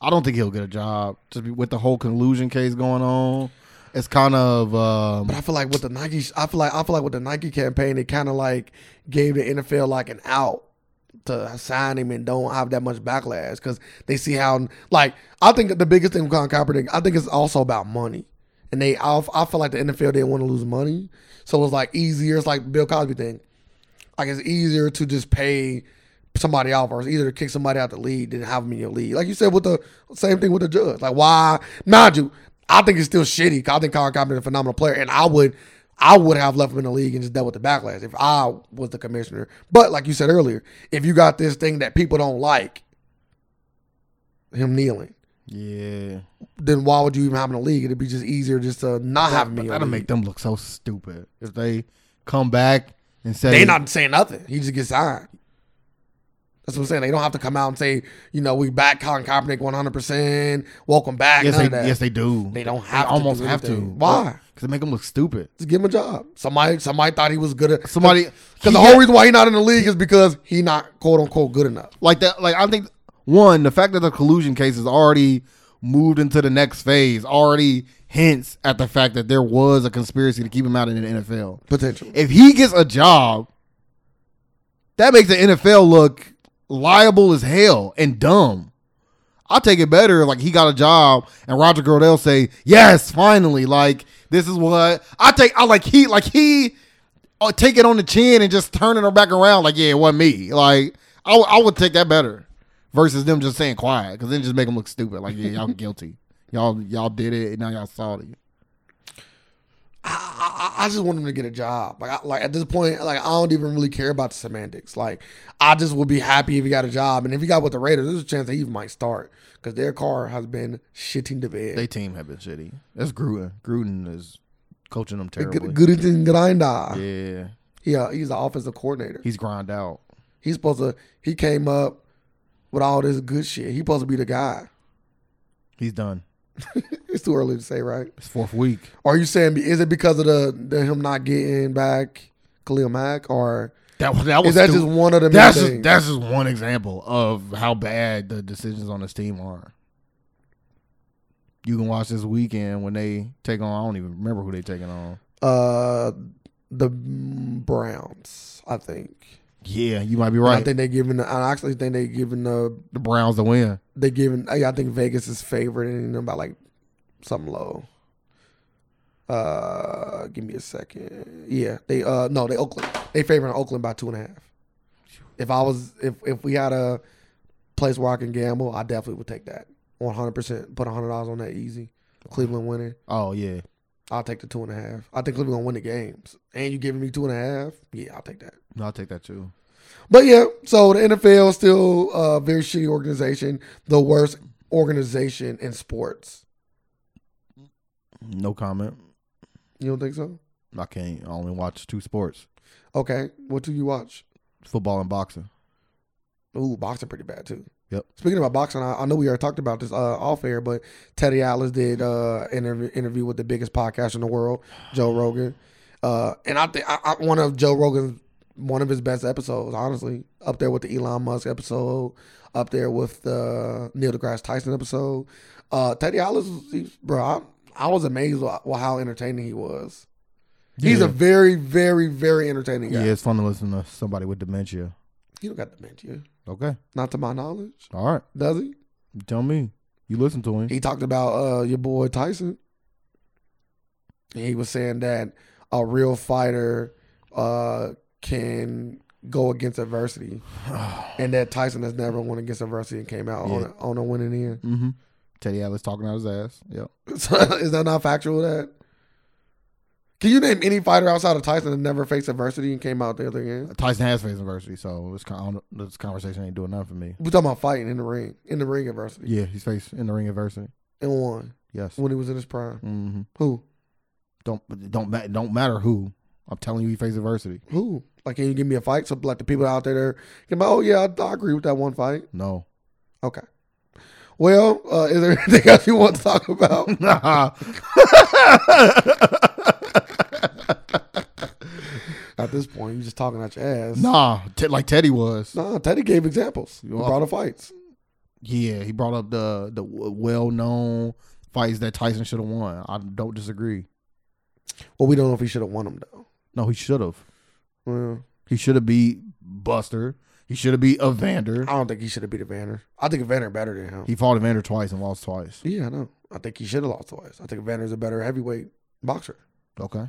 Speaker 2: I don't think he'll get a job just be, with the whole collusion case going on. It's kind of um,
Speaker 1: But I feel like with the Nike, I feel like I feel like with the Nike campaign, it kind of like gave the NFL like an out to sign him and don't have that much backlash because they see how like I think the biggest thing with Colin Kaepernick, I think it's also about money. And they, I, I feel like the NFL didn't want to lose money, so it was like easier. It's like Bill Cosby thing. Like it's easier to just pay somebody off, or it's easier to kick somebody out the league than have them in your league. Like you said with the same thing with the judge. Like why, mind you, I think it's still shitty. 'cause I think Colin Kaepernick is a phenomenal player, and I would, I would have left him in the league and just dealt with the backlash if I was the commissioner. But like you said earlier, if you got this thing that people don't like, him kneeling.
Speaker 2: yeah.
Speaker 1: Then why would you even have him in the league? It'd be just easier just to not have him. in
Speaker 2: But
Speaker 1: your
Speaker 2: that'll
Speaker 1: league.
Speaker 2: make them look so stupid if they come back and say
Speaker 1: They not saying nothing. He just gets signed. That's what I'm saying. They don't have to come out and say, you know, we back Colin Kaepernick 100. percent Welcome back.
Speaker 2: Yes,
Speaker 1: none
Speaker 2: they,
Speaker 1: of that.
Speaker 2: yes, they do.
Speaker 1: They don't have to
Speaker 2: almost
Speaker 1: do
Speaker 2: have to.
Speaker 1: anything. Why?
Speaker 2: Because they make them look stupid.
Speaker 1: Just give him a job. Somebody, somebody thought he was good at
Speaker 2: Somebody
Speaker 1: Because the whole reason why he not in the league is because he not quote unquote good enough.
Speaker 2: like that. Like I think one, the fact that the collusion case is already moved into the next phase already hints at the fact that there was a conspiracy to keep him out in the NFL.
Speaker 1: Potential.
Speaker 2: If he gets a job, that makes the NFL look liable as hell and dumb. I'll take it better. Like he got a job, and Roger Goodell say, "Yes, finally!" Like this is what I take. I like he like he uh, take it on the chin and just turning her back around. Like yeah, it wasn't me. Like I w- I would take that better versus them just saying quiet because then it just make them look stupid. Like yeah, y'all [laughs] guilty. Y'all y'all did it and now y'all salty.
Speaker 1: I, I, I just want him to get a job. Like, I, like at this point, like I don't even really care about the semantics. Like, I just would be happy if he got a job, and if he got with the Raiders, there's a chance that he might start because their car has been shitting the bed.
Speaker 2: They team have been shitty. That's Gruden. Gruden is coaching them terribly.
Speaker 1: Good, good and grinder.
Speaker 2: Yeah,
Speaker 1: Yeah, he's the offensive coordinator.
Speaker 2: he's grind out.
Speaker 1: He's supposed to. He came up with all this good shit. He's supposed to be the guy.
Speaker 2: He's done.
Speaker 1: It's too early to say, right?
Speaker 2: It's fourth week.
Speaker 1: Are you saying is it because of the, the him not getting back Khalil Mack, or
Speaker 2: That was that
Speaker 1: is
Speaker 2: was
Speaker 1: that
Speaker 2: stu-
Speaker 1: just one of the
Speaker 2: that's
Speaker 1: many
Speaker 2: just,
Speaker 1: things?
Speaker 2: that's just one example of how bad the decisions on this team are. You can watch this weekend when they take on. I don't even remember who they taking on.
Speaker 1: uh, the Browns? I think.
Speaker 2: Yeah, you might be
Speaker 1: And
Speaker 2: right.
Speaker 1: I think they giving. The, I actually think they giving the
Speaker 2: the Browns to win.
Speaker 1: they giving. I I think Vegas is favored in them by like something low. Uh, give me a second. Yeah, they uh no they Oakland they favoring Oakland by two and a half. If I was if if we had a place where I can gamble, I definitely would take that one hundred percent. Put hundred dollars on that easy. Cleveland winning,
Speaker 2: Oh yeah,
Speaker 1: I'll take the two and a half. I think Cleveland gonna win the games, and you giving me two and a half. Yeah, I'll take that.
Speaker 2: No, I'll take that too.
Speaker 1: But yeah, so the NFL is still a very shitty organization, the worst organization in sports.
Speaker 2: No comment.
Speaker 1: You don't think so?
Speaker 2: I can't. I only watch two sports:
Speaker 1: Okay, what do you watch?
Speaker 2: football and boxing.
Speaker 1: Ooh, boxing pretty bad too.
Speaker 2: Yep.
Speaker 1: Speaking about boxing, I, I know we already talked about this uh, off air, but Teddy Atlas did uh, interview interview with the biggest podcast in the world, Joe Rogan, uh, and I think I, I, one of Joe Rogan's one of his best episodes, honestly, up there with the Elon Musk episode, up there with the Neil deGrasse Tyson episode. Uh, Teddy Atlas, was- he, bro, I, I was amazed with with how entertaining he was. He's a very, very, very entertaining
Speaker 2: yeah.
Speaker 1: guy.
Speaker 2: It's fun to listen to somebody with dementia.
Speaker 1: You don't got dementia,
Speaker 2: Okay,
Speaker 1: not to my knowledge,
Speaker 2: all right.
Speaker 1: does he?
Speaker 2: You Tell me. You listen to him.
Speaker 1: He talked about uh, your boy Tyson. And he was saying that a real fighter uh, can go against adversity, and that Tyson has never went against adversity and came out on,
Speaker 2: Yeah.
Speaker 1: a, on a winning end. [laughs]
Speaker 2: [sighs] mm-hmm. Teddy Atlas talking out his ass. Yep.
Speaker 1: So, is that not factual? That can you name any fighter outside of Tyson that never faced adversity and came out the other end?
Speaker 2: Tyson has faced adversity, so this con- I don't- this conversation ain't doing nothing for me.
Speaker 1: We're talking about fighting in the ring, in the ring adversity,
Speaker 2: Yeah, he's faced in the ring adversity.
Speaker 1: and won
Speaker 2: Yes.
Speaker 1: when he was in his prime.
Speaker 2: Mm-hmm.
Speaker 1: Who?
Speaker 2: Don't don't ma- don't matter who. I'm telling you, he faced adversity.
Speaker 1: Who? Like, can you give me a fight? So, like, the people out there, they're, can be, oh, yeah, I, I agree with that one fight.
Speaker 2: No. [laughs]
Speaker 1: Okay. Well, uh, is there [laughs] anything else you want to talk about? [laughs] At this point, you're just talking out your ass.
Speaker 2: nah. Te- like Teddy was.
Speaker 1: Nah, Teddy gave examples. He
Speaker 2: You are-
Speaker 1: brought up fights.
Speaker 2: Yeah, he brought up the the w- well-known fights that Tyson should have won. I don't disagree.
Speaker 1: Well, we don't know if he should have won them, though.
Speaker 2: No, he should have.
Speaker 1: Well,
Speaker 2: He should have beat Buster. He should have beat Evander.
Speaker 1: I don't think he should have beat Evander. I think Evander better than him.
Speaker 2: He fought Evander twice and lost twice.
Speaker 1: yeah, I know. I think he should have lost twice. I think Evander's a better heavyweight boxer.
Speaker 2: Okay.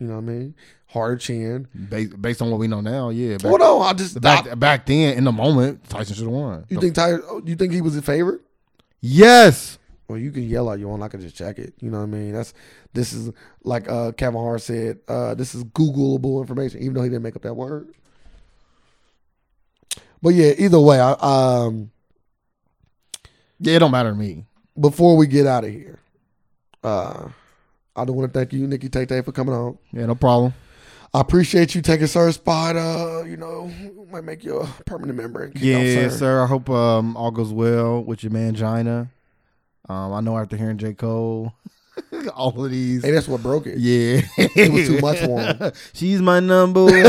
Speaker 1: You know what I mean? Hard chin.
Speaker 2: Based, based on what we know now, yeah. Back,
Speaker 1: Well, no, I just. I-
Speaker 2: back, back then, in the moment, Tyson should have won.
Speaker 1: you think Ty, oh, You think he was a favorite?
Speaker 2: Yes.
Speaker 1: Well, you can yell all you want. I can just check it. You know what I mean? That's this is like uh, Kevin Hart said. Uh, this is Googleable information, even though he didn't make up that word. But yeah, either way, I, um,
Speaker 2: Yeah, it don't matter to me.
Speaker 1: before we get out of here, uh, I do want to thank you, Nikki Tate, for coming on.
Speaker 2: Yeah, no problem.
Speaker 1: I appreciate you taking Sir's spot. Uh, you know, might make you a permanent member. and kick out
Speaker 2: Yeah,
Speaker 1: Sir.
Speaker 2: sir. I hope um, all goes well with your man Gina. Um, I know after hearing J. Cole, [laughs] all of these.
Speaker 1: Hey, that's what broke it.
Speaker 2: Yeah. It
Speaker 1: was too much for
Speaker 2: [laughs]
Speaker 1: him.
Speaker 2: She's my number [laughs] one.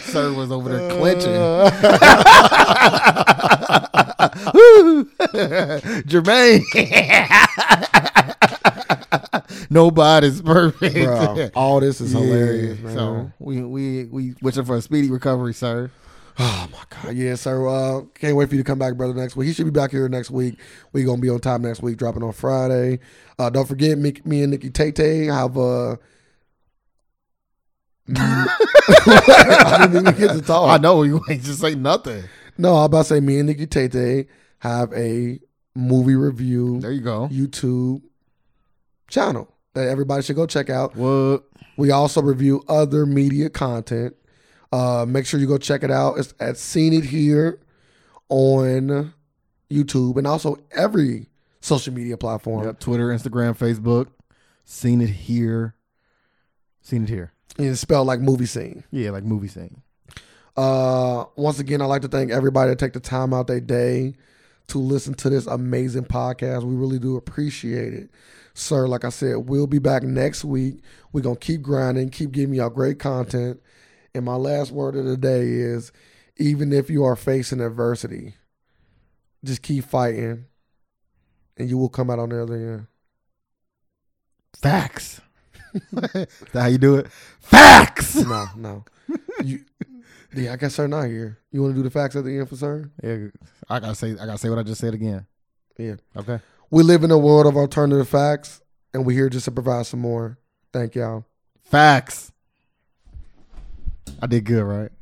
Speaker 2: Sir was over there [laughs] clenching. Woo! Jermaine. [laughs] Nobody's perfect.
Speaker 1: Bro, all this is
Speaker 2: Yeah,
Speaker 1: hilarious, man.
Speaker 2: So we we we wishing for a speedy recovery, sir.
Speaker 1: Oh my God! Yeah, sir. Uh, can't wait for you to come back, brother. Next week, he should be back here next week. We gonna be on time next week, dropping on Friday. Uh, don't forget, me, me and Nikki Tate have [laughs] uh, I didn't even get to talk.
Speaker 2: I know you ain't just say nothing.
Speaker 1: No, I am about to say me and Nikki Tate have a movie review
Speaker 2: There you go.
Speaker 1: YouTube channel that everybody should go check out.
Speaker 2: What?
Speaker 1: We also review other media content. Uh, make sure you go check it out. It's at Seen It Here on YouTube and also every social media platform.
Speaker 2: Yep, Twitter, Instagram, Facebook. Seen it here. Seen it here.
Speaker 1: And it's spelled like movie scene.
Speaker 2: Yeah, like movie scene.
Speaker 1: Uh, once again, I'd like to thank everybody that take the time out their day to listen to this amazing podcast. We really do appreciate it. Sir, like I said, we'll be back next week. We're going to keep grinding, keep giving y'all great content. And my last word of the day is even if you are facing adversity, just keep fighting and you will come out on the other end.
Speaker 2: [laughs] Facts. Is that how you do it? Facts.
Speaker 1: No, no. you, yeah, I got Sir not here. You want to do the facts at the end for Sir?
Speaker 2: Yeah, I gotta say, I gotta say what I just said again.
Speaker 1: Yeah.
Speaker 2: Okay.
Speaker 1: We live in a world of alternative facts, and we're here just to provide some more. Thank y'all.
Speaker 2: Facts. I did good, right?